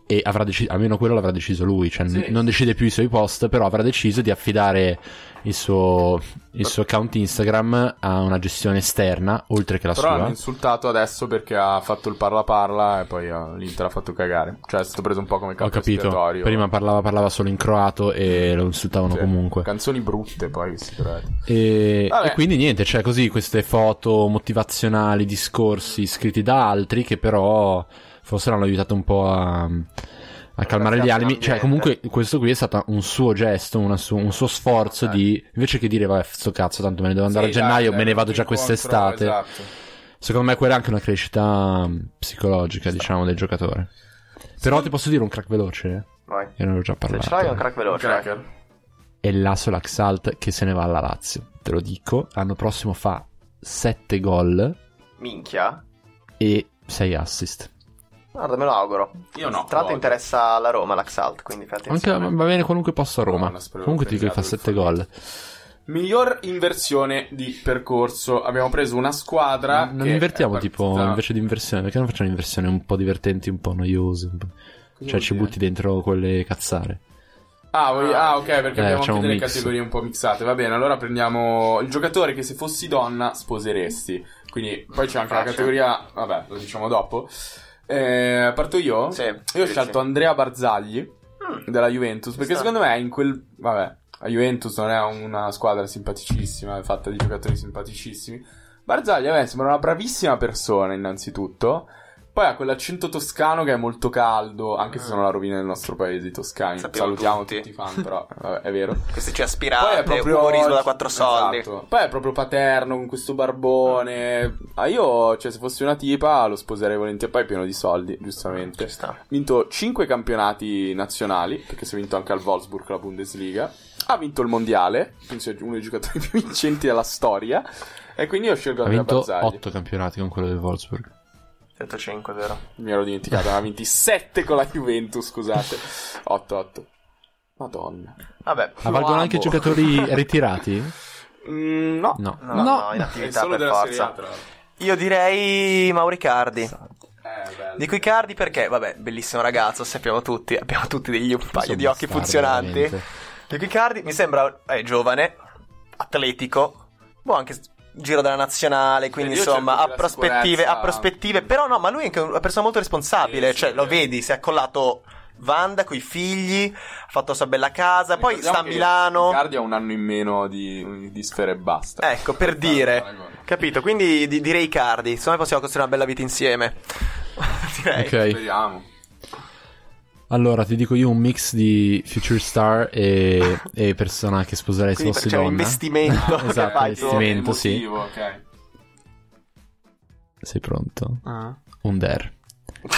E avrà deciso, almeno quello l'avrà deciso lui, cioè
Sì.
n- non decide più i suoi post, però avrà deciso di affidare il suo, il suo account Instagram a una gestione esterna, oltre che la
Però
sua.
hanno insultato adesso perché ha fatto il parla parla e poi eh, l'Inter ha fatto cagare. Cioè è stato preso un po' come
Ho
capo
capito.
espiatorio.
Prima parlava, parlava solo in croato e lo insultavano
Sì.
comunque.
Canzoni brutte poi, eh. sicuramente.
E,
Vabbè.
e quindi niente, cioè così queste foto motivazionali, discorsi scritti da altri che però forse l'hanno aiutato un po' a, a calmare gli
Ragazzi,
animi. Cioè
l'ambiente.
comunque questo qui è stato un suo gesto, una su- un suo sforzo
Ok.
di... Invece che dire vabbè sto cazzo, tanto me ne devo andare
Eh. Sì,
a gennaio,
dai,
me ne
dai,
vado già
incontro,
quest'estate.
esatto.
Secondo me quella è anche una crescita mh, psicologica, diciamo, del giocatore. Però ti posso dire un crack veloce, eh?
Vai.
io ne avevo già
Se
parlato.
ce l'hai è un crack veloce. eh.
Cracker.
e l'Asso Laxalt che se ne va alla Lazio. Te lo dico, l'anno prossimo fa 7 gol
Minchia.
e 6 assist.
Guarda, me lo auguro.
Io no.
Tra l'altro
voglio.
interessa la Roma, l'Axalt, quindi fai
Anche,
attenzione.
va bene qualunque posto a Roma.
No, la spero
Comunque ti dico che fa
per il
7
Fulham.
gol.
Miglior inversione di percorso. Abbiamo preso una squadra.
Non
che
invertiamo
è
tipo
partita-
invece di inversione, perché non facciamo inversioni un po' divertenti, un po' noiose. un po'- Cioè
Cosa vuol
ci
dire?
butti dentro quelle cazzare.
Ah, voglio- ah, ok, perché
Eh,
abbiamo
facciamo
anche
un
delle
mix.
categorie un po' mixate. Va bene, allora prendiamo il giocatore che se fossi donna sposeresti. Quindi poi c'è anche la
Facile.
categoria. Vabbè, lo diciamo dopo. Eh, parto io.
Sì,
Io ho
sì,
scelto
sì.
Andrea Barzagli
Mm.
della Juventus.
Ci
Perché
sta.
secondo me è in quel. Vabbè, la Juventus non è una squadra simpaticissima, è fatta di giocatori simpaticissimi. Barzagli, a me sembra una bravissima persona, innanzitutto. Poi ha quell'accento toscano che è molto caldo, anche
Mm.
se sono la rovina del nostro paese, i toscani.
Sappiamo
Eh, Salutiamo
tutti.
tutti. i fan, però vabbè, è vero.
Questi ci
Poi
aspirate,
è proprio
umorismo da quattro soldi.
Esatto. Poi è proprio paterno con questo barbone. Ah, io, cioè, se fossi una tipa, lo sposerei volentieri. Poi è pieno di soldi, giustamente
Ci sta.
vinto 5 campionati nazionali, perché si è vinto anche al Wolfsburg la Bundesliga. Ha vinto il mondiale, penso sia uno dei giocatori più vincenti della storia. E quindi ho scelto
Ha
Andrea
vinto
Barzagli.
8 campionati con quello del Wolfsburg.
105, vero?
Mi ero dimenticato, ne ha vinti 7 con la Juventus, scusate. 8-8. Madonna.
Vabbè.
Ma valgono anche i
amo.
giocatori ritirati?
Mm, no.
No.
No, no, in attività per forza.
tra l'altro.
Io direi Mauricardi.
Eh, bello.
Dico Icardi perché, vabbè, bellissimo ragazzo, sappiamo tutti, abbiamo tutti degli un paio
Sono
di occhi
bastardo,
funzionanti.
veramente.
Dico Icardi mi sembra eh, giovane, atletico, boh, anche s- giro della nazionale, quindi
Io
insomma
cerco
ha
della
prospettive,
sicurezza.
ha prospettive, però no, ma lui è anche una persona molto responsabile,
Sì,
cioè
sì,
lo
sì.
vedi, si è accollato Vanda coi figli, ha fatto la sua bella casa, poi sta a
Ricordiamo Diciamo che
Milano.
Icardi ha un anno in meno di, di sfere e basta.
Ecco, per
Guarda,
dire.
paragone.
Capito? Quindi di- direi Cardi. Secondo me possiamo costruire una bella vita insieme. direi.
Ok.
Speriamo.
Allora, ti dico io un mix di future star e, e persona che sposerei se
Quindi
fosse
c'è un
donna.
investimento che
esatto,
fai tu.
investimento, sì.
Emotivo, ok.
Sei pronto?
Ah.
Un dare.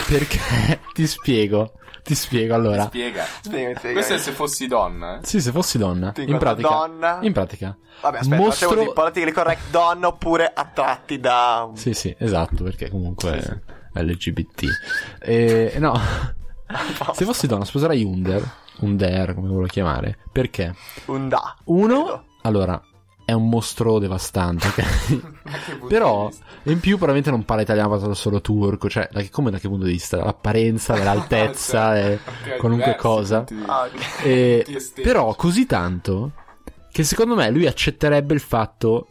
Perché ti spiego. Ti spiego allora.
Spiega.
Spiegami, spiegami.
Questo è se fossi donna, eh.
Sì, se fossi donna,
Ti
in
incontro
pratica,
donna.
in pratica.
Vabbè, aspetta,
Mostro-
facciamo così, politically correct donna oppure attratti da...
Sì, sì, esatto, perché comunque
Sì, sì.
è LGBT. E, no, se fossi donna sposerei Under, Under, come vuoi chiamare, perché
Un da.
uno,
Credo.
allora, è un mostro devastante, ok?
Ma che punto di
Però,
vista?
in più, probabilmente non parla italiano, parla solo turco, cioè, da che- come da che punto di vista? L'apparenza, l'altezza,
Cioè,
e
Ok,
eh, qualunque
diversi
cosa.
punti di-
Ah, ok.
E-
Ti estesi.
però così tanto che secondo me lui accetterebbe il fatto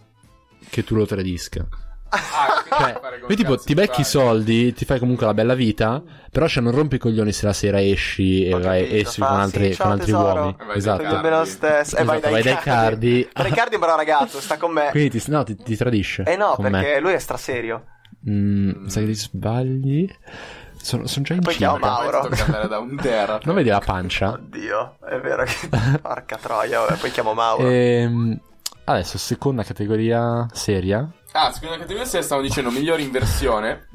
che tu lo tradisca.
Ah, quindi
Cioè,
fare come
lui tipo
cazzo
ti becchi i
fai.
soldi, ti fai comunque la bella vita, però cioè, non rompi i coglioni se la sera esci e
Ho
vai,
Mm. capito,
esci
fa,
con,
sì,
altri-
ciao,
con altri
tesoro.
uomini.
E vai
Esatto.
dai
Sempre lo stesso. E
Esatto,
vai dai,
cardi.
Ma Dai cardi è un bravo ragazzo, sta con me.
Quindi ti, no, ti, ti tradisce.
Eh no,
con
perché lui è straserio.
me. Mm, sai che ti sbagli? Sono, sono già in
Poi
Cina.
chiama
cara.
Mauro.
Poi ti tocca andare da un terra.
Non vedi la pancia?
Oddio, è vero che... Porca troia, vabbè, poi chiamo Mauro.
Ehm, adesso, seconda categoria seria.
Ah, seconda categoria se stavo dicendo migliore inversione.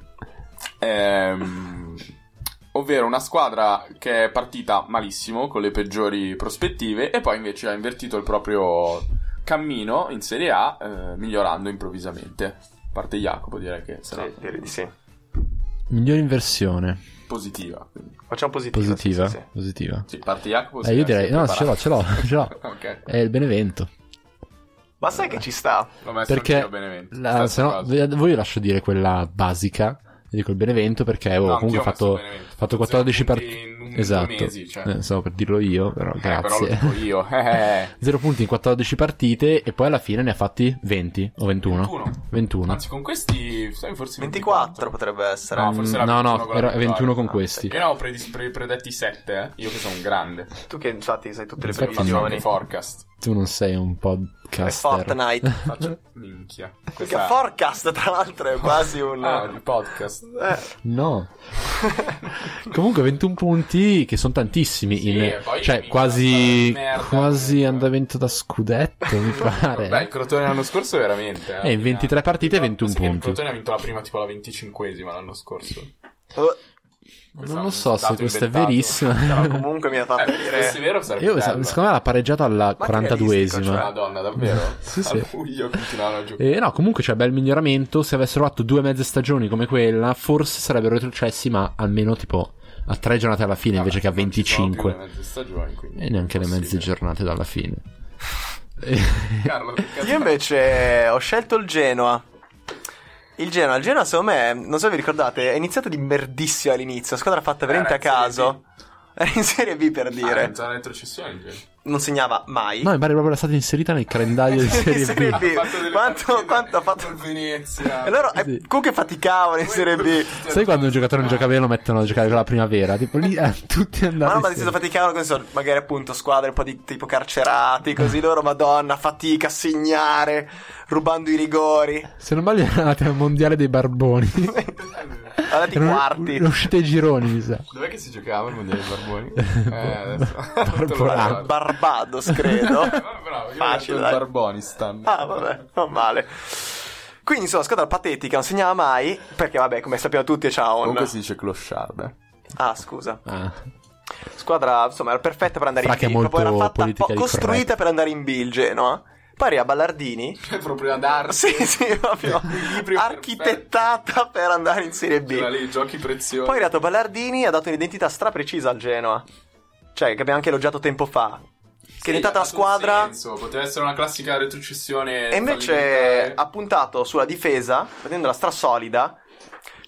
Ehm, ovvero una squadra che è partita malissimo con le peggiori prospettive e poi invece ha invertito il proprio cammino in Serie A eh, migliorando improvvisamente. A parte Jacopo direi che sarà
Sì, direi di sì.
Miglior inversione.
positiva. quindi.
Facciamo positivo.
Positiva.
sì, sì, sì.
Positiva.
Sì, a parte Jacopo.
Eh,
si
io
è
direi, no, ce l'ho,
preparato.
ce l'ho, ce l'ho.
ok,
È il Benevento.
Ma sai che ci sta?
l'ho messo
Perché
anch'io, Benevento.
La,
Stessa
se no,
cosa.
ve- voi lascio dire quella basica. Vi dico il Benevento perché oh,
No,
comunque
anch'io
ho
ho
fatto,
messo Benevento.
fatto 14
Zero
partite.
punti in un- due
Esatto.
mesi, cioè.
Eh, stavo per dirlo io, però
Eh, però lo
grazie.
dico io. Eh.
0 punti in 14 partite e poi alla fine ne ha fatti 20 o 21.
21.
21.
Anzi, con questi sai, forse
24 potrebbe essere.
No,
Mm,
forse era
no,
21
no,
con la
era
vittoria.
21 con
Ah,
questi.
Io ne avevo predis- Eh pre- predetti 7, eh. Io che sono un grande.
Tu che infatti sai tutte le
Infatti,
Faccio anche
previsioni.
no.
forecast.
Tu non sei un
È
podcaster.
Fortnite.
Faccio minchia.
Perché
Questa-
Forecast, tra l'altro, è quasi un...
Ah, il podcast.
Eh,
No. Comunque 21 punti che sono tantissimi
Sì,
in-
e poi
cioè
mica
quasi
una merda, eh.
quasi
comunque.
andamento da scudetto, mi pare.
Beh, il Crotone l'anno scorso veramente.
Eh, in 23 partite, 21
Sì, che Il
punti.
Crotone ha vinto la prima, tipo la 25esima l'anno scorso.
oh,
non lo so se questo è verissimo.
però comunque mi ha fatto
Eh, se fosse
dire...
vero sarebbe
Io sa-
bello.
secondo me l'ha pareggiata alla
Ma che
42esima.
realistico, cioè.
Madonna, davvero?
Sì,
A
sì.
luglio continuavano a giocare.
Eh, no, comunque c'è bel miglioramento. Se avessero fatto due mezze stagioni come quella, forse sarebbero retrocessi, ma almeno tipo a tre giornate alla fine invece che a
Vabbè, non ci sono più
25.
le mezze stagioni, quindi
E neanche le mezze
impossibile.
giornate dalla fine. Eh,
Carlo, che cazzo
Io invece ho scelto il Genoa. Il Genoa, il Genoa secondo me, non so se vi ricordate, è iniziato di merdissimo all'inizio, squadra fatta veramente a
Era in Serie
caso. Era in Serie B per
Ah,
dire.
non c'era retrocessione, in genere.
Non segnava mai.
no, mi pare proprio stata inserita nel calendario di
Sì,
Serie
Serie
B.
B.
Ha fatto delle
Quanto-
partite
quanto ha fatto-
col Venezia.
E loro eh,
Sì.
comunque faticavano in Serie B.
Sai quando un giocatore non gioca bene lo mettono a giocare con la primavera? Tipo lì eh, tutti
Ma
andati.
no, ma si
insieme.
faticavano così, so- magari appunto squadre un po' di tipo carcerati, così loro, madonna, fatica a segnare, rubando i rigori.
Se non sbaglio erano andati al mondiale dei barboni.
Andati
Erano-
quarti.
Erano uscite ai gironi, mi sa.
Dov'è che si giocava il mondiale dei barboni? Eh, adesso.
Barbonato.
Te lo ricordo.
Barbados, credo.
Eh, Bravo, io ho detto
Facile,
il
dai.
Barbonistan.
Ah, vabbè, non male. Quindi insomma, squadra patetica, non segnava mai, perché vabbè, come sappiamo tutti, c'ha un...
Comunque si dice clochard. eh.
Ah, scusa.
Ah.
Squadra, insomma, era perfetta per andare
Fra che
in
è
B, proprio era
molto
fatta po-
politically
costruita
correct.
per andare in B il Genoa. Poi arriva Ballardini.
È proprio ad arte.
Sì, sì, proprio
Equilibrio
architettata per andare in Serie B.
C'era lì i giochi preziosi.
Poi è arrivato Ballardini e ha dato un'identità straprecisa al Genoa. Cioè, che abbiamo anche elogiato tempo fa. Che è diventata
la
la squadra.
Poteva essere una classica retrocessione.
E invece
fallimentare.
ha puntato sulla difesa, facendola strasolida.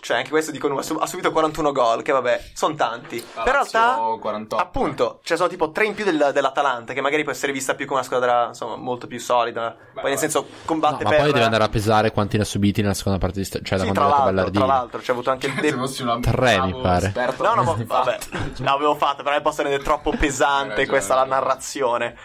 Cioè, anche questo dicono, ha sub- ha subito 41 gol, che vabbè, sono tanti.
La
Però in
Lazio
realtà,
48.
appunto, cioè sono tipo 3 in più del- dell'Atalanta, che magari può essere vista più come una squadra, insomma, molto più solida.
Beh,
poi nel
beh.
senso,
No,
combatte
ma
per...
poi devi andare a pesare quanti ne ha subiti nella seconda parte di sta- cioè da
Sì,
quando
tra
è andato
l'altro, tra
Ballardini.
l'altro, c'è avuto anche il...
Se fossi un
Tre,
bravo
mi pare.
esperto,
No, no, ma
avresti
vabbè,
fatto.
l'avevo fatta, però il posto rende troppo
Hai
pesante
ragione,
questa la
hai ragione.
narrazione.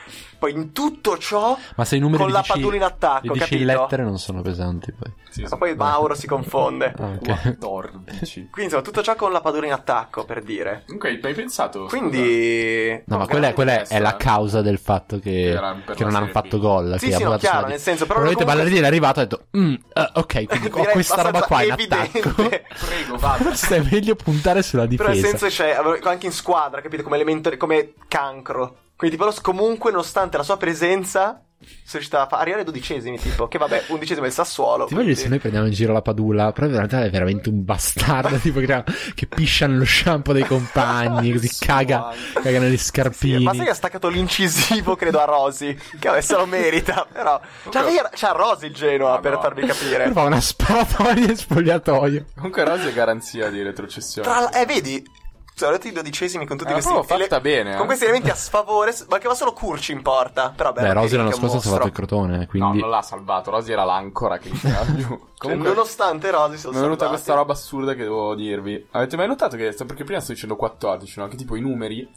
Poi in tutto ciò,
Ma se i numeri
con
li
la
dici-
padula in
li
attacco,
dici
capito?
in lettere non sono pesanti poi.
Sì,
Ma poi Mauro si confonde.
Ah, ok.
14.
Quindi insomma, tutto ciò con la padula in attacco, per dire.
Comunque, hai pensato?
Quindi...
No, ma
Ok.
quella, è- quella è- è la
eh.
causa del fatto che,
Era per
che
la
non hanno
Serie B.
fatto gol.
Sì,
che
sì,
ha
no,
buttato
chiaro,
sulla-
nel senso, però
Probabilmente
comunque-
Ballardini è arrivato e ha detto, "Mm, eh, ok, quindi ho
Direi
questa roba qua in
abbastanza
attacco.
evidente.
Prego, vada.
Forse è meglio puntare sulla
Però nel
difesa.
senso c'è anche in squadra, capito? Come elemento, come cancro. Quindi tipo, comunque, nonostante la sua presenza, sono riuscita a fa- arrivare ai dodicesimi, tipo. Che vabbè, undicesimo è il Sassuolo.
Ti voglio dire,
quindi-
se noi prendiamo in giro la padula, però in realtà è veramente un bastardo tipo che, che piscia nello shampoo dei compagni, così
Sì,
caga,
guarda.
caga negli
Sì,
scarpini.
ma sai che ha staccato l'incisivo, credo, a Rosy. Che vabbè, se lo merita, però.
Cioè,
C'ha, lei- c'ha Rosy il Genoa,
Madonna.
per farvi
Poi
capire.
fa una sparatoria in spogliatoio.
Comunque, Rossi è garanzia di retrocessione.
Tra l- eh, vedi? Sono arrivati i dodicesimi con tutti
Eh, ma
questi.
proprio fatta
ele-
bene, eh.
Con questi elementi a sfavore, s- ma che va solo Curci in porta. Però, beh,
Beh,
Rosy
Rosy
che è
l'anno
un
scorso ha salvato il
mostro.
crotone, eh, quindi...
No, non l'ha salvato. Rosy era l'ancora che diceva più.
Cioè,
Comunque,
nonostante Rosy sono
mi è venuta
salvati.
questa roba assurda che devo dirvi. Avete mai notato che. Perché prima sto dicendo 14, no? Che tipo i numeri.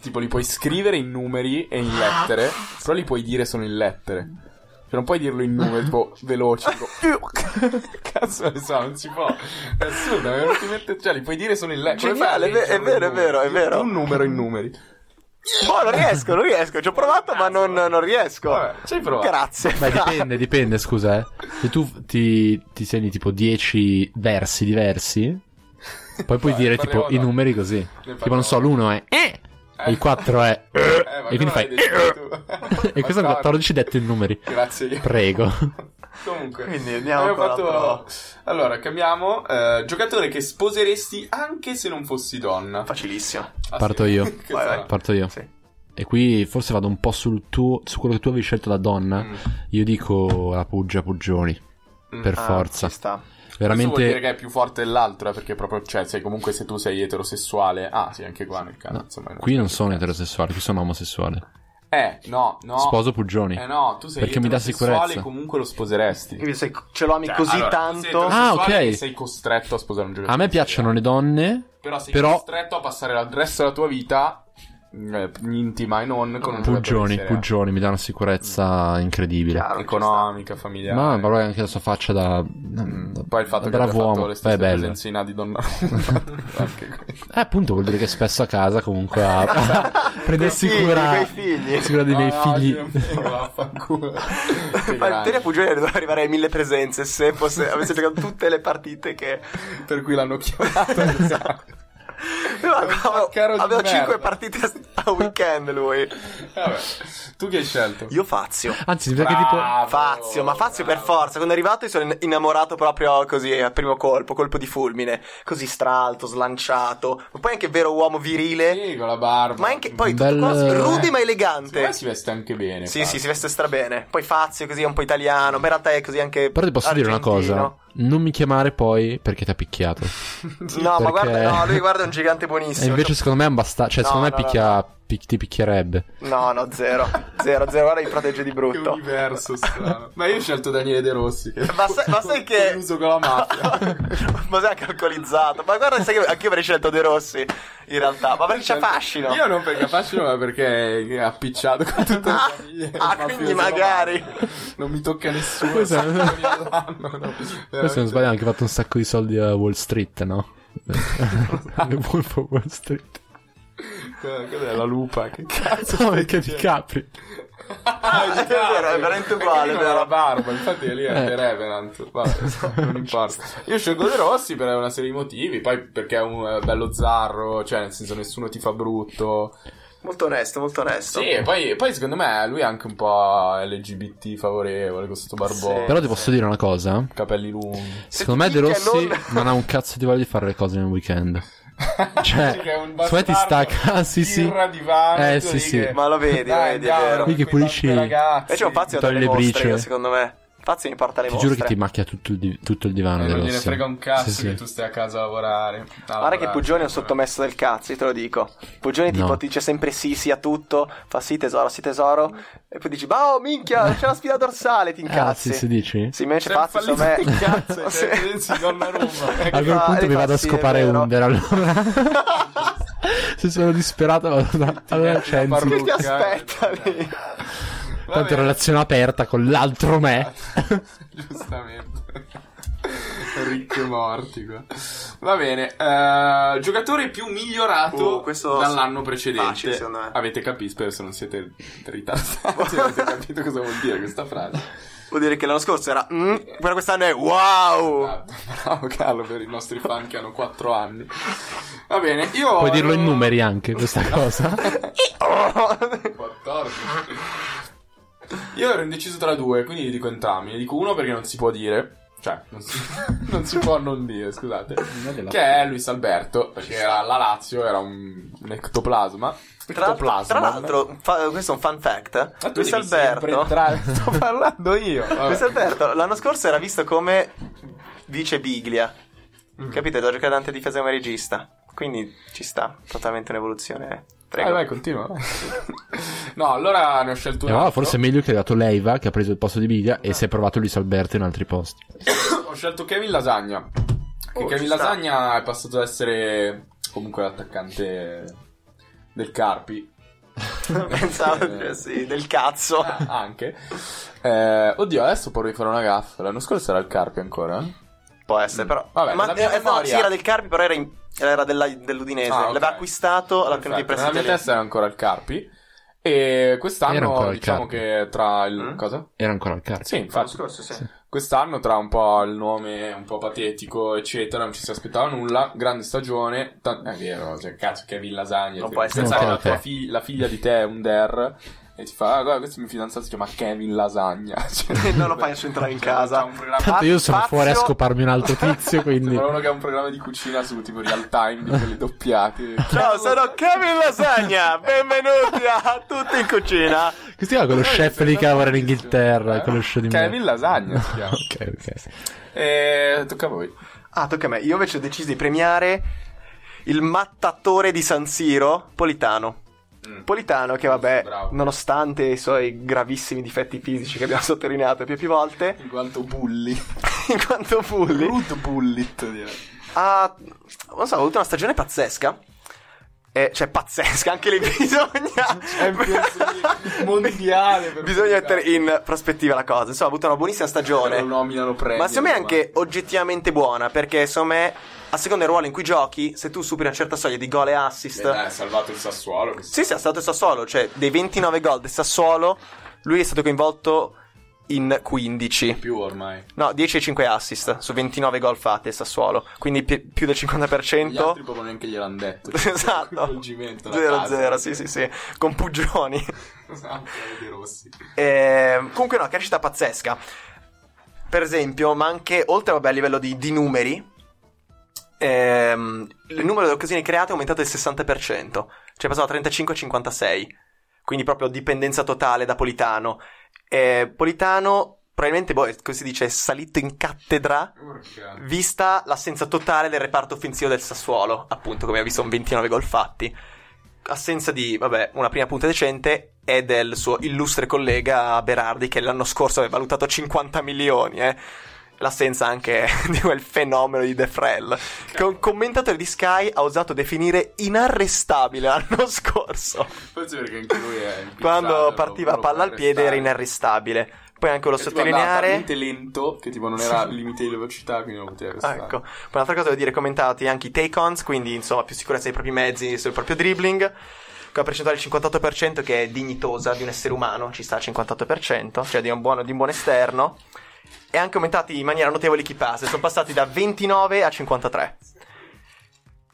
Tipo li puoi scrivere in numeri e in lettere. Però li puoi dire solo in lettere. Cioè, non puoi dirlo in numeri, tipo veloce. Tipo, più. Cazzo, ne so, non si può. È assurdo, mi è venuto in mente- Cioè, li puoi dire solo in lettere. Come fai a
Geniale, è ve- è
leggerlo in
vero, è
numeri?
vero, è vero.
Un numero in numeri.
Boh, non riesco, non riesco. Ci ho provato, ma non, non riesco.
Vabbè, ci hai provato.
Grazie.
Beh, dipende, dipende, scusa, eh. Se tu ti, ti segni tipo 10 versi diversi, poi puoi
Vai,
dire
Eh, parliamo
tipo i
dopo.
numeri così. Tipo, non so, l'1 è... Eh!
Eh.
E il 4 è... eh,
Eh, ma
e quindi
quello
fai...
l'hai deciso tu.
eh, E questo è il 14 detto in numeri.
Grazie. io.
Prego.
Comunque,
Quindi andiamo
abbiamo
con la prova.
fatto... Allora, cambiamo. eh, giocatore che sposeresti anche se non fossi donna.
Facilissimo.
Ah,
Parto io.
Che
Vai,
sarà?
vai.
Parto io.
Sì.
E qui forse vado un po' sul tuo... Su quello che tu avevi scelto da donna.
Mm.
Io dico la Puggia Puggioni.
Mm.
Per
Ah,
forza.
ci sta.
Questo vuol dire
Veramente...
che è più forte dell'altro, eh, perché proprio, cioè, sei comunque se tu sei eterosessuale. Ah, sì, anche qua nel caso.
no,
insomma,
qui non sono eterosessuale, qui sono omosessuale.
Eh, no, no.
Sposo Puggioni.
Eh no, tu sei
Perché mi dà
eterosessuale,
sicurezza.
comunque lo sposeresti.
Quindi se ce lo ami
Cioè,
così
allora, sei
tanto.
Ah,
eterosessuale
ok.
che Sei costretto a sposare un giocatore.
A me piacciono le donne,
Però sei
Però-
costretto a passare l'adresso della tua vita eh, intima e non con
Puggioni,
un giocatore di Serie A.
Puggioni mi dà una sicurezza incredibile.
Chiaro, ci
economica, familiare.
Ma però anche la sua faccia da,
Mm,
da-
Poi il fatto
da
che abbia
bravo
fatto
uomo, Poi è
le stesse
bello.
presenzina di Donnarumma. Anche questo.
Eh, appunto vuol dire che spesso a casa comunque ha prendersi
Quei figli,
cura,
quei figli.
cura dei miei
No, no,
figli.
io- vaffanculo. Che
Ma in
grande.
teoria Puglioni doveva arrivare ai mille presenze se fosse, avesse giocato tutte le partite che...
Per cui l'hanno chiamato. esatto.
Aveva-
È un sacchero di
Aveva
merda.
5 partite a- a weekend lui.
Vabbè. Tu che hai scelto?
Io Fazio.
Anzi, mi sa che tipo...
Ah,
Bravo,
Fazio, ma Fazio per
bravo.
forza. Quando è arrivato io sono in- innamorato proprio così al primo colpo, colpo di fulmine. Così stralto, slanciato. Ma poi anche vero uomo virile.
Sì, con la barba.
Ma anche poi
Un
tutto
bel-
qua, rude ma
Secondo me
elegante.
si veste anche bene.
Sì,
Fabio.
sì, si veste strabene. Poi Fazio così è un po' italiano, ma in realtà è così anche
Però ti posso dire una
argentino.
cosa, non mi chiamare poi perché ti ha picchiato.
No,
Perché-
ma guarda, no, lui guarda è un gigante
E
buonissimo.
invece
Cioè-
secondo me è un basta- cioè
No,
secondo me
no, no,
picchia- pic- ti picchierebbe.
Cioè, No, no, zero. Zero, zero. Guarda, mi protegge di
Che
brutto.
universo strano. Ma io ho scelto Daniele De Rossi. Che
Ma sai, ma sai che.
Uso con la mafia.
ma sai anche alcolizzato. Ma guarda, sai che anche io avrei scelto De Rossi. In realtà, ma perché c'è Cioè, fascino?
Certo. Io non perché fascino, ma perché è appicciato con tutte le
Ah,
famiglie.
ah,
il mafioso
quindi magari.
romano. Non mi tocca nessuno.
Questo-
se non mi danno, no.
Poi se non sbaglio ha anche fatto un sacco di soldi a Wall Street, no? Le Wolf of Wall Street.
Eh, Cos'è la lupa? Che cazzo?
No, perché ti capri.
Ah,
È vero, è veramente uguale,
Perché
vero.
la barba, infatti lì è
Eh.
The Revenant. Vabbè, non importa. Io scelgo De Rossi per una serie di motivi, poi perché è un eh, bello zarro, cioè nel senso nessuno ti fa brutto.
Molto onesto, molto onesto.
Sì, e poi, poi secondo me lui è anche un po' LGBT favorevole, con questo barbone.
Eh, Sì.
Però ti posso dire una cosa.
Capelli lunghi.
Secondo me
ti
De
picchia,
Rossi
non-
non... ha un cazzo di voglia di fare le cose nel weekend. Cioè,
Dici che è un
secondo me ti
bastardo,
stacca, sì, sì.
birra di vano,
Eh,
tu
sì,
dici
sì.
che-
Ma lo vedi, lo
Dai,
vedi, è
andiamo,
vero.
Qui che
quei tanti
pulisci-
ragazzi.
E cioè, c'è un Fazio
Togli
dalle
le
mostre,
briciole.
secondo me. Fazio mi porta le
Ti
vostre.
giuro che ti macchia tutto il, di- tutto il divano.
Eh,
De
non gliene
Rossi.
frega un cazzo
Sì, sì.
che tu stai a casa a lavorare. A
Guarda
lavorare,
che Pugioni è un
lavorare.
sottomesso del cazzo, io te lo dico. Pugioni
No.
tipo ti dice sempre sì, sì a tutto, fa sì tesoro, sì tesoro, e poi dici, bah, oh minchia, c'è la spina dorsale, ti
Ah,
incazzi.
sì, sì, dici?
Sì, invece
Sei
Fazio,
fallito
secondo me...
del cazzo,
Sì.
cioè, Renzi, Donnarumma.
Eh,
A quel
fa-
punto
eh,
mi
fa
vado a
sì, è
scopare
vero.
Under allora. Se sono disperato vado da allora
metti la
Cenzi.
Che ti
Luca,
aspetta
eh,
lì?
Vabbè.
Tanto relazione aperta con l'altro me.
Ah, Giustamente. Ricchi e morti qua. Va bene, eh, giocatore più migliorato
Uh, questo
dall'anno precedente.
facile, secondo me.
Avete capito, spero se non siete ritardati, avete capito cosa vuol dire questa frase.
Vuol dire che l'anno scorso era... mm, però quest'anno è wow!
Bravo, Ah, bravo Carlo per i nostri fan che hanno 4 anni. Va bene, io...
Puoi dirlo in
ero-
numeri anche questa cosa.
14. Io ero indeciso tra due, quindi li dico entrambi. Ne dico uno perché non si può dire. Cioè, non si, non si può non dire, scusate. Che è Luis Alberto, perché era la Lazio, era un, un ectoplasma.
Tra, l'altro- tra l'altro, fa- questo è un fun
Ma
fact.
tu
Luis
devi sempre
Alberto,
entrare- sto parlando io. Vabbè.
Luis Alberto l'anno scorso era visto come vice Biglia.
Mm.
Capite? Da giocare Dante difesa come regista. Quindi ci sta, totalmente un'evoluzione. Prego.
Vai, vai, continua. vai. no, allora ne ho scelto
Eh,
un
ma
altro.
forse è meglio che ha dato Leiva che ha preso il posto di Biglia e si è provato Luis Alberto in altri posti.
Ho scelto Kevin Lasagna. Che
Oh,
Kevin
ci sta.
Lasagna è passato ad essere comunque l'attaccante del Carpi. ecco.
Pensavo cioè, sì, del cazzo.
Ah, anche. Eh, oddio, adesso vorrei fare una gaffa. L'anno scorso era il Carpi ancora?
Può essere, però.
Vabbè,
Ma
nella mia
eh, no,
memoria-
sì, era del Carpi, però era, in- era della- dell'Udinese.
Ah, ok.
Eh, L'aveva acquistato, l'ha tenuto in
Perfetto, Nella
prestito.
mia
lì.
testa era ancora il Carpi. E
Era ancora
quest'anno,
il
diciamo
Carpi.
che tra il.
Mm?
Cosa?
Era ancora al calcio.
Sì,
L'anno
infatti.
scorso, sì.
Quest'anno, tra un po' il nome un po' patetico, eccetera, non ci si aspettava nulla. Grande stagione. ta- è vero, cioè, cazzo, Kevin Lasagna.
Non
ti-
può essere
pensare
solo
cioè, la, tua
te.
fi- la figlia di te è un der. E ti fa, "Ah, guarda, questo mio fidanzato si chiama Kevin Lasagna. Cioè,
Non lo fai nessuno entrare in
cioè,
casa.
fa un programma-
Tanto io sono
Fazio-
fuori a scoparmi un altro tizio, quindi...
Sembra uno che ha un programma di cucina su tipo real time di quelli doppiati.
Ciao, sono Kevin Lasagna. Benvenuti a tutti in cucina.
Questo è quello chef lì che lavora in Inghilterra,
Eh?
quello show di
Kevin Lasagna si chiama.
Ok, ok.
E Eh, tocca a voi.
Ah, tocca a me. Io invece ho deciso di premiare il mattatore di San Siro, Politano. Politano che vabbè,
Mm. Bravo.
nonostante i suoi gravissimi difetti fisici che abbiamo sottolineato più e più volte,
In quanto bully.
in quanto bully,
Rude bullet, direi.
ha, non so, ha avuto una stagione pazzesca. Eh, cioè, pazzesca, anche lì bisogna...
Champions League, mondiale, per
bisogna
carità.
mettere in prospettiva la cosa. Insomma, ha avuto una buonissima stagione.
Lo nominano premio.
Ma secondo me è anche oggettivamente buona, perché secondo me, a seconda del ruolo in cui giochi, se tu superi una certa soglia di gol e
Beh,
assist...
dai, ha salvato il Sassuolo. questo.
Sì, sì, è stato il Sassuolo, cioè dei 29 gol del Sassuolo, lui è stato coinvolto in 15.
Più ormai.
No, 10 e 5 assist su 29 gol fatti il Sassuolo, quindi pi- più del
Gli altri
50%.
proprio neanche gliel'hanno detto.
Esatto.
Coinvolgimento, la
0-0,
casa.
sì, sì, sì, con Pugioni.
Esatto, dei rossi.
Ehm, comunque no, crescita pazzesca. Per esempio, ma anche oltre vabbè, a livello di, di numeri, ehm, il numero di occasioni create è aumentato del 60%, cioè passava da 35 a 56, quindi proprio dipendenza totale da Politano. Eh, Politano probabilmente, boh, come si dice, è salito in cattedra
Urca.
vista l'assenza totale del reparto offensivo del Sassuolo, appunto, come abbiamo visto, con 29 gol fatti. Assenza di, vabbè, una prima punta decente e del suo illustre collega Berardi, che l'anno scorso aveva valutato 50 milioni, eh. L'assenza anche di quel fenomeno di De Frel, che un commentatore di Sky ha osato definire inarrestabile l'anno scorso.
Forse perché anche lui è impizzato,
Quando partiva la
lo- lo
palla al
può
piede era
arrestare.
inarrestabile. Poi anche lo
Perché tipo andava
sottolineare.
talmente lento che tipo non era al limite di velocità, quindi non poteva
Ah,
restare.
ecco. Poi un'altra cosa devo dire, commentati anche i take-ons, quindi insomma più sicurezza dei propri mezzi, sul proprio dribbling, con la percentuale del 58% che è dignitosa di un essere umano, ci sta al 58%, cioè di un, buono, di un buon esterno, e anche aumentati in maniera notevole i key pass, sono passati da 29 a 53.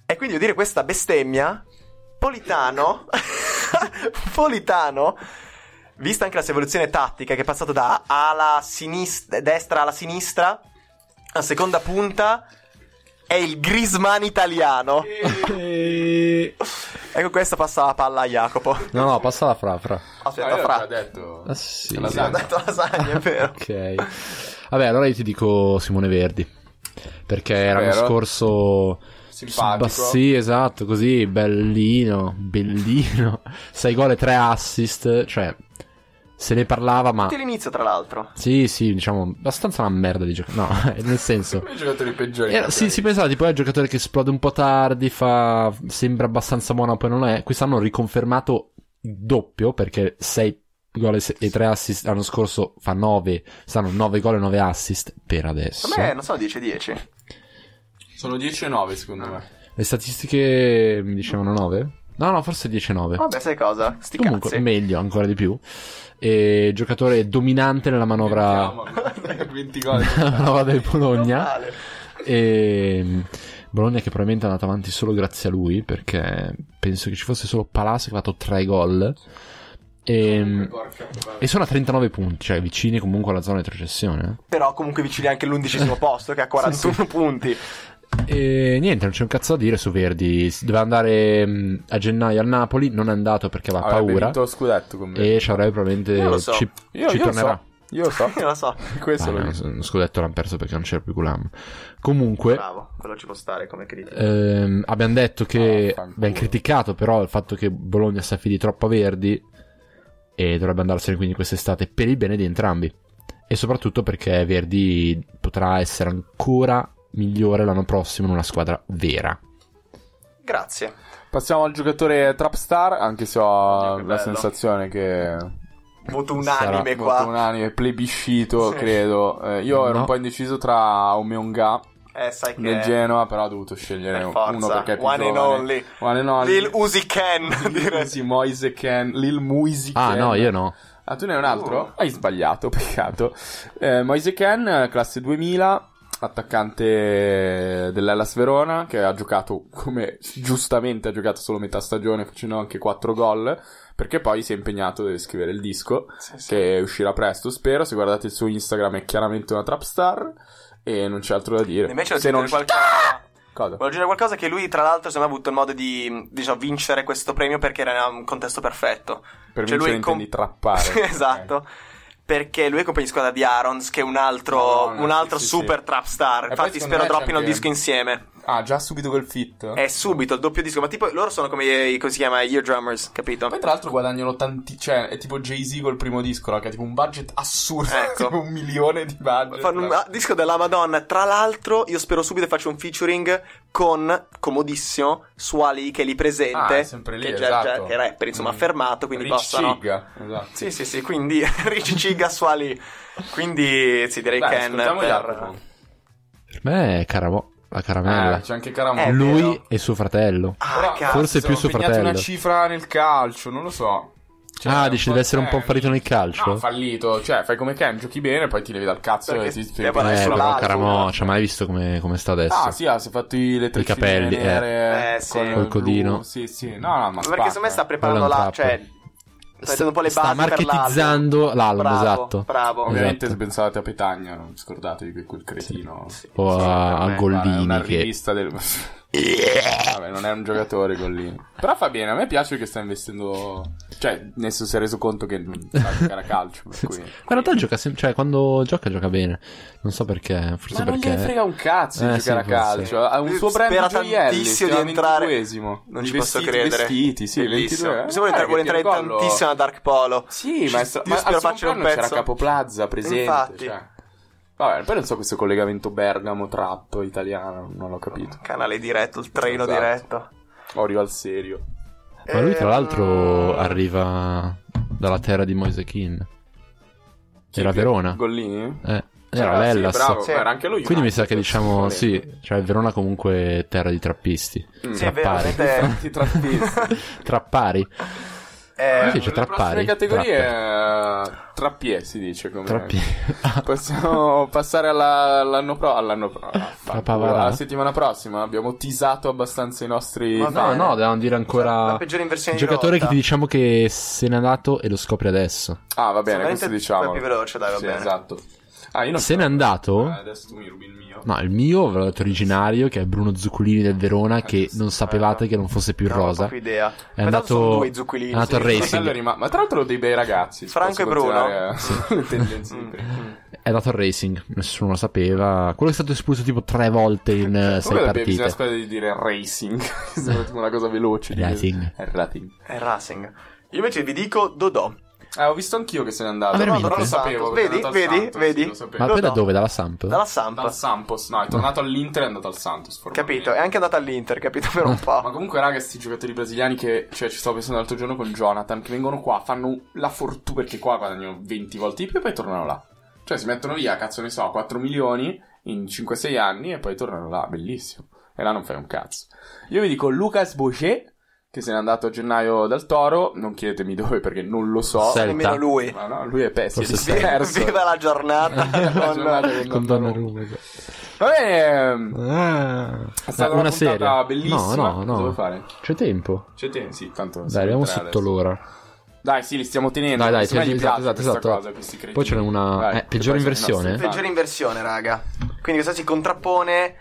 E quindi devo dire questa bestemmia, Politano, Politano, vista anche la sua evoluzione tattica che è passato da ala sinistra, destra alla sinistra, a seconda punta, è il Grisman italiano.
E-
Sì. Ecco, questa passa la palla a Jacopo.
No, no, passa la fra, fra.
Aspetta, Cioè, fra.
l'ha detto. Cioè,
Ah, sì.
La
Sì, ho
lasagna.
detto lasagna, è vero.
Ok. Vabbè, allora io ti dico Simone Verdi. Perché l'anno
Vero.
scorso...
Simpatico.
Sì, esatto, così, bellino, bellino. 6 gol e 3 assist, cioè... Se ne parlava, ma...
Tutti all'inizio, tra l'altro.
Sì, sì, diciamo, abbastanza una merda di giocatore. No, nel senso...
Uno dei giocatori peggiori.
Eh,
Era- sì, si pensava tipo è il giocatore che esplode un po' tardi, fa... sembra abbastanza buono, poi non è. Quest'anno hanno riconfermato il doppio perché 6 gol e se- e 3 assist l'anno scorso fa 9, stanno 9 gol e 9 assist per adesso.
Secondo me, non so, 10-10.
Eh.
Sono 10 e 9 secondo me.
Le statistiche mi dicevano 9? No, no, forse 10-9.
Vabbè, sai cosa? Sti
Comunque,
cazzi.
meglio ancora di più. E giocatore dominante nella manovra,
Chiamami. 20 gol.
nella manovra del
Non
Bologna.
vale.
E mm, Bologna che probabilmente è andata avanti solo grazie a lui, perché penso che ci fosse solo Palas che ha fatto 3 gol. E, mm,
Porca
Ehm, e sono a 39 punti, cioè vicini comunque alla zona di retrocessione. eh.
Però comunque vicini anche all'undicesimo posto che ha 41 punti.
E niente, non c'è un cazzo da dire su Verdi. Si- Doveva andare mh, a gennaio al Napoli, non è andato perché aveva
Avrebbe
paura.
vinto lo scudetto con me.
E ci avrebbe probabilmente.
Io lo so.
Ci,
Io,
ci
io lo
tornerà.
so. Io lo so.
Io lo so.
Questo
Ah,
lo
no, lo scudetto l'hanno perso perché non c'era più Gulam.
Ah,
Comunque.
Bravo, quello ci può stare come critica.
Ehm, abbiamo detto che
Ah,
Vaffanculo.
abbiamo criticato però il fatto che Bologna si affidi troppo a Verdi e dovrebbe andarsene quindi quest'estate per il bene di entrambi e soprattutto perché Verdi potrà essere ancora migliore l'anno prossimo in una squadra vera
Grazie.
Passiamo al giocatore Trapstar, anche se ho
Dio, che
la
bello.
sensazione che
Voto
Sarà
unanime
molto
qua.
unanime, plebiscito,
Sì.
credo. Eh, io ero
No.
un po' indeciso tra Omeonga
Eh, sai che...
nel Genoa, però ho dovuto scegliere
Per
eh, uno
forza.
perché è più
One and
giovane.
only.
One and only.
Lil Uzi Ken,
Lil
direi.
Uzi Moise Ken, Lil Muisi
ah
Ken.
eh,
no io no
Ah, tu ne hai un altro?
Uh.
Hai sbagliato, peccato. Eh, Moise Ken, classe 2000, attaccante dell'Ellas Verona, che ha giocato, come giustamente ha giocato solo metà stagione, facendo anche 4 gol, perché poi si è impegnato a scrivere il disco,
Sì, sì.
che uscirà presto, spero. Se guardate il suo Instagram è chiaramente una trap star, e non c'è altro da dire.
Invece
se non...
qualcosa...
Cosa?
Volevo aggiungere qualcosa che lui, tra l'altro, secondo me ha avuto il modo di diciamo, vincere questo premio perché era in un contesto perfetto.
Per
cioè,
vincere
lui com-
intendi trappare.
Sì, esatto. Perché lui è compagno di squadra di Arons, che è un altro,
Madonna,
un
sì,
altro
sì, sì.
super trap star.
E poi
Infatti,
secondo
spero
me c'è
droppino il
anche-
disco insieme.
Ok. Ah, già subito quel fit?
È subito il doppio disco. Ma tipo, loro sono come i- come si chiama? Io drummers, capito?
Poi tra l'altro guadagnano tanti, cioè è tipo Jay-Z col primo disco, no? che ha tipo un budget assurdo,
Ecco.
tipo un milione di budget.
Fanno un
no?
ah, disco della Madonna. Tra l'altro, io spero subito faccio un featuring con comodissimo Suali che è lì
Ah,
presente.
è sempre lì,
che già-
esatto.
già- che è rapper, insomma,
Mm.
affermato. Quindi
Rich
possano.
Chig, esatto.
Sì, sì, sì, quindi Ricci Ciga Suali. Quindi sì, direi
Dai,
Ken
ascoltiamo
per...
Jacopo.
per me è Caramo- la caramella
Eh, c'è anche Caramò.
Eh,
lui
vero.
e suo fratello
Ah,
Però
cazzo.
forse
sono
più suo
impegnato
fratello.
una cifra nel calcio, non lo so. Cioè,
ah dici
un
deve
po'
essere un po'
eh,
fallito
ah,
nel calcio
No, fallito, cioè fai come Ken, giochi bene, poi ti levi dal cazzo
Perché
e ti
ti
ti-
abbandono
eh
sulla
però
Lazio,
Caramo
no?
ci ha mai visto come, come sta adesso
Ah, sì, ah, si è fatto i- le treccine
capelli, eh.
nere
Eh, sì.
con il
Col codino.
blu, Sì, sì. No, no, ma
Perché secondo me sta
spacca. eh.
preparando
Eh, Quello è un
la...
trap.
Cioè, sta mettendo un po' le
sta
basi per l'album.
marketizzando l'album
Bravo,
esatto
Bravo.
Ovviamente
Esatto.
sbensate a Petagna, non scordatevi que- quel cretino.
o a, a
Eh, guarda, è
Gollini
una
che
rivista del... Vabbè, non è un giocatore Gollini. Però fa bene, a me piace che sta investendo... Cioè, nel senso si è reso conto che non sa giocare a calcio, per cui...
Ma in realtà gioca sempre, cioè quando gioca gioca bene. Non so perché, forse
Ma non
perché.
gliene frega un cazzo di
Eh,
giocare
sì,
a
forse.
calcio. Ha un
Lui
suo brand
spera
di gioielli,
tantissimo
siamo
di entrare.
22esimo.
Non
I
ci posso
vestiti-
credere.
Vestiti, sì,
Bellissimo.
eh.
22.
Mi sembra
Guarda
entra- vuole
Eh, che
entrare
Pirlo-
tantissimo a Dark Polo.
Sì,
Ci-
ma, è-
io
ma
spero faccia
al
un
secondo anno c'era
pezzo.
Capoplaza presente.
Infatti.
Cioè. Vabbè, poi non so questo collegamento Bergamo-Trap italiano, non l'ho capito.
Canale diretto, il treno
Esatto.
diretto.
Orio al serio.
Ma lui, tra
Eh,
Ehm,
l'altro, arriva dalla terra di Moise Kean. Era
Chi-
Verona.
Gollini?
Eh,
Ah,
era
sì,
l'Ellas.
bravo,
Sì.
era anche lui.
Quindi mi sa che
United, Eh,
diciamo,
se volete.
sì, cioè Verona comunque è terra di trappisti.
Mm.
Sì, è vero,
Trappari.
avete-
Ti trappisti.
Trappari. Sì,
eh,
c'è
Le prossime
Trappari.
categorie eh, Trappie si dice come
Trappi.
Possiamo passare alla- all'anno pro, all'anno pro,
Pavarà?
alla settimana prossima. Abbiamo tisato abbastanza i nostri
Ma
no,
bene.
no, dobbiamo dire ancora.
La peggiore inversione di
Giocatore
rotta.
che ti diciamo che se n'è andato e lo scopri adesso.
Ah, va bene,
Solamente
questo diciamo.
fai più veloce, dai, va
Sì,
bene.
esatto. Ah, io non
Se n'è andato?
Eh, adesso tu mi rubi il
Oh?
mio.
No, il mio ve l'ho detto originario, che è Bruno Zuccolini del Verona,
Eh,
che
giusto.
non sapevate che non fosse più
Non ho
rosa.
proprio idea.
È
Ma tanto sono
andato,
due
è
i zucchini,
andato al
sì.
Il
racing.
fratello è rima- Ma tra l'altro dei bei ragazzi. si
Franco
posso
e Bruno.
considerare, eh, le tendenze di
Mm,
prima.
mm.
È andato al racing, nessuno lo sapeva. Quello è stato espulso tipo tre volte in eh, sei
Comunque dobbiamo- bisogna
partite.
sperare di dire racing. Sembra tipo una cosa veloce. di-
Racing.
Eh, Racing.
È Racing. Io invece vi dico Dodò.
Eh, ho visto anch'io che se n'è andato.
Ah,
No,
veramente?
però lo sapevo. perché
Vedi,
è andato al
vedi,
Santos,
vedi?
sì, lo sapevo.
Ma poi da
No.
dove? Dalla Samp?
Dalla Samp.
Dal Sampos, no, è tornato all'Inter e è andato al Santos. formalmente.
Capito? È anche andata all'Inter, capito? Per un
Ma
po'.
comunque, raga, sti giocatori brasiliani che, cioè, ci stavo pensando l'altro giorno con Jonathan, che vengono qua, fanno la fortuna, perché qua guadagnano 20 volte di più e poi tornano là. Cioè, si mettono via, cazzo ne so, 4 milioni in 5-6 anni e poi tornano là, bellissimo. E là non fai un cazzo. Io vi dico Lucas Boucher, che se n'è andato a gennaio dal Toro, non chiedetemi dove perché non lo so.
Selta.
Nemmeno lui.
Ma no, lui è pessimo, è
Forse
disperso.
Viva la giornata.
La giornata
Eh, con-
che
Con
non-
Donnarumma.
Va bene, ehm,
Ah.
è stata una,
una
puntata
serie.
bellissima.
No, no, no.
Cosa vuoi fare?
C'è tempo.
C'è te? Sì, tanto...
Dai, arriviamo sotto
adesso.
l'ora.
Dai, sì, li stiamo tenendo.
Dai, dai,
Secondo me
sì,
gli
esatto,
piace
esatto,
questa
esatto.
cosa, questi cretini.
Poi ce n'è una-
Vai,
eh,
che
peggiore
poi sono i
inversione?
nostri fan.
Peggiore inversione, raga. Quindi questa si contrappone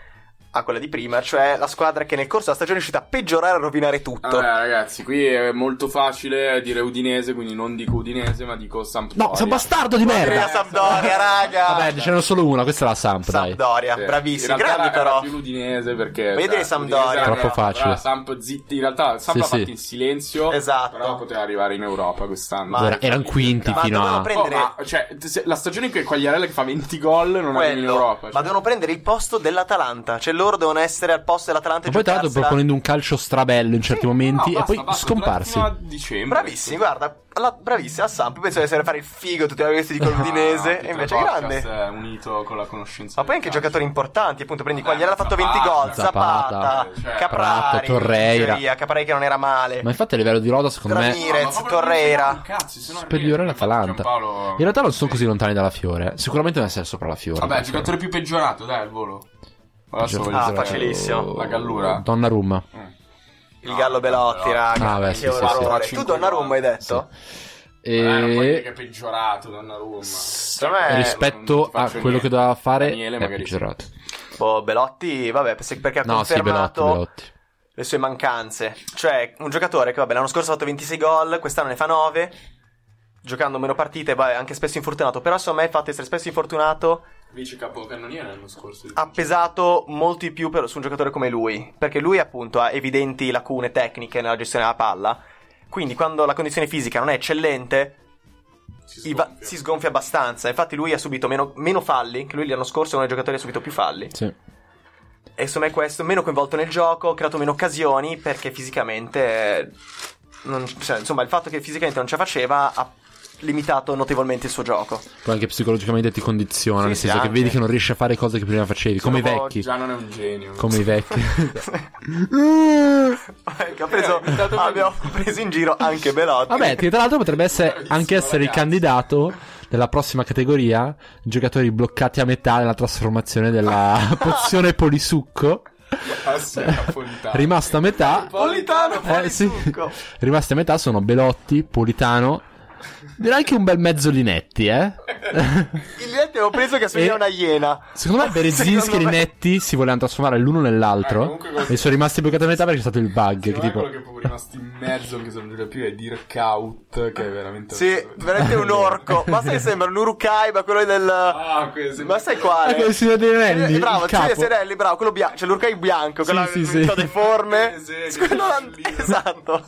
a quella di prima, cioè la squadra che nel corso della stagione è riuscita a peggiorare e a rovinare tutto.
Allora, ragazzi, qui è molto facile dire Udinese, quindi non dico Udinese, ma dico Sampdoria.
No, sei un bastardo di
Andrea
merda!
Sampdoria, raga.
Vabbè, ce n'è solo una, questa è la Samp, dai.
Sampdoria,
Sì.
bravissimi,
In realtà
grandi
era
però.
più l'Udinese perché
Vedi
cioè,
Sampdoria.
l'Udinese era-
Troppo facile.
era Samp zitti, in realtà Samp
Sì,
l'ha
sì.
fatto in silenzio,
Esatto.
però poteva arrivare in Europa quest'anno.
Ma-
Era- erano quinti
Ma
fino
dovevano
a...
prendere-
Oh, ma, cioè, se- la stagione in cui Quagliarella che fa 20 gol non arriva in
Quello.
Europa.
Ma
cioè.
devono prendere il posto dell'Atalanta. Cioè, loro devono essere al posto dell'Atalanta
Ma
e
poi tra l'altro
giocarsela.
proponendo un calcio strabello in certi
No,
momenti
basta,
e poi
basta,
scomparsi.
fino a dicembre.
Bravissimi, guarda, la, bravissima Samp, penso di essere a fare il figo tutti la vesti di
Ah,
Coludinese, e invece è grande.
È eh, unito con la conoscenza.
Ma poi anche
del calcio.
giocatori importanti, appunto, prendi
Eh,
Quagliarella ha fatto 20
Zapata,
gol,
Zapata,
Zapata,
cioè,
Caprari,
Prato, Torreira.
Torreira, Caprari che non era male.
Ma infatti a livello di roda secondo me...
Dramini. Ramirez,
ma proprio
Torreira.
non c'è un cazzo, se no arriva.
Superiore
Infatti
all'Atalanta.
Giampaolo-
In realtà non sono così lontani dalla Fiore. eh. Sicuramente deve essere sopra la Fiore. cioè,
Vabbè, il giocatore più peggiorato, dai, al volo. Adesso voglio
Ah,
dire-
facilissimo.
La gallura.
Donnarumma.
Il Gallo Belotti, raga.
Ah, beh,
che
sì, sì, sì.
orrore.
Cinque
Tu Donnarumma hai detto?
Eh, non puoi dire che
E...
è peggiorato, Donnarumma.
secondo me- Eh,
rispetto a quello che doveva fare
Daniele,
è
magari sì.
peggiorato.
Boh, Belotti, vabbè, se- perché ha
No, sì, Belotti,
confermato
Belotti.
le sue mancanze. Cioè, un giocatore che, vabbè, l'anno scorso ha fatto 26 gol, quest'anno ne fa 9, giocando meno partite, vabbè, anche spesso infortunato. Però, secondo me, il fatto di essere spesso infortunato
Vice capocannoniere l'anno scorso.
ha pesato molto di più per- su un giocatore come lui. Perché lui, appunto, ha evidenti lacune tecniche nella gestione della palla. Quindi, quando la condizione fisica non è eccellente,
Si
i va-
sgonfia.
si sgonfia abbastanza. Infatti, lui ha subito meno, meno falli. Che lui l'anno scorso è uno dei giocatori che ha subito più falli.
Sì.
E secondo me questo, meno coinvolto nel gioco, ha creato meno occasioni perché fisicamente. eh, non- cioè, insomma, il fatto che fisicamente non ce la faceva ha limitato notevolmente il suo gioco.
Poi anche psicologicamente ti condiziona,
Sì,
nel
sì,
senso che
anche.
vedi che non riesci a fare cose che prima facevi, come i
proprio
vecchi.
Già non è un genio.
Come i vecchi.
Che ha preso,
Eh, è stato
abbiamo preso in giro anche Belotti.
Vabbè, che tra l'altro potrebbe essere, anche essere il
ragazzi.
candidato della prossima categoria, giocatori bloccati a metà nella trasformazione della pozione polisucco.
Ah, sì, Napolitano.
Rimasta a metà.
Politano, fuori
Eh, sì.
succo.
Rimasti a metà sono Belotti, Politano. Direi anche un bel mezzo Linetti, eh.
Il diretto avevo preso che assomiglia a
E-
una iena.
Eh, Secondo me Berezinski e
Secondo me-
Linetti si volevano trasformare l'uno
Eh,
nell'altro.
comunque questo-
e sono rimasti bloccati a metà perché c'è stato il bug.
Secondo
che
me
tipo-
quello che è proprio rimasto in mezzo, che se non gioca più, è Dirkout, che è Ah, veramente...
Sì, veramente un orco. Ma sai che sembra un Urukai, ma quello del.
Ah, questo...
Ma sai
Ah, quello
quale?
di Silvia De Renni,
Eh, bravo,
il capo.
Silvia Serelli, bravo, quello bianco, c'è l'urcai bianco, quello
Sì, sì, sì.
deforme.
Sì, sì,
Quello
che
lan-
bellino.
esatto.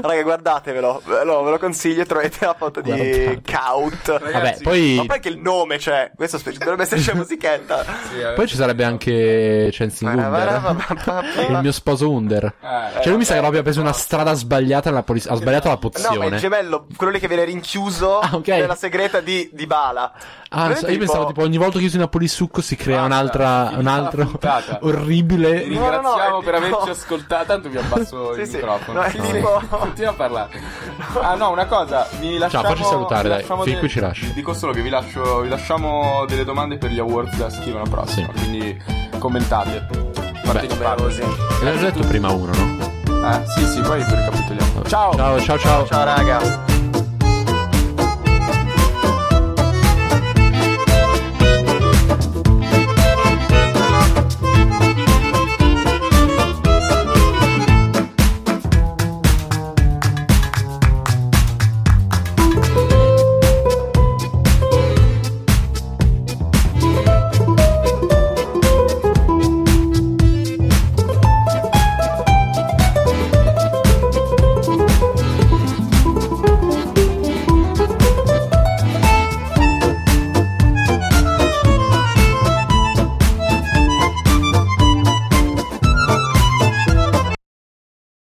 Raga, guardatevelo, ve lo, ve lo consiglio, trovate la foto di
Guardate.
Kaut.
Vabbè,
Ragazzi,
Ma
poi,
poi anche il nome, cioè, questo spe- dovrebbe esserci la musichetta.
Sì, eh.
poi ci sarebbe anche Censing Under. Il mio sposo Under.
Eh,
Cioè, lui mi sa che
vabbè,
proprio ha preso una strada sbagliata. nella polis- ha sbagliato la
No, ma il
pozione.
gemello, quello lì che viene rinchiuso
Ah, ok.
nella segreta di, di Bala.
Ah, non so, io pensavo tipo ogni volta che usi una polisucco si crea
Basta,
un'altra,
finita
un
la
altro
puntata. Vi
orribile.
No, no, no,
ringraziamo
è
per
tipo-
averci ascoltato. Tanto vi abbasso
Sì,
il
sì.
microfono.
No, è tipo-
Continua a parlare. Ah, no, una cosa. Mi lasciamo,
facci salutare,
vi
dai,
lasciamo
fin
de-
qui ci lasci.
vi Dico solo che vi, lascio, vi lasciamo delle domande per gli awards della settimana prossima.
Sì.
Quindi commentate. Partecipate.
Numerosi.
L'ho detto prima uno, no?
Eh, sì, sì, poi vi ricapitoliamo. Ciao.
Ciao, ciao, ciao.
Ciao, raga.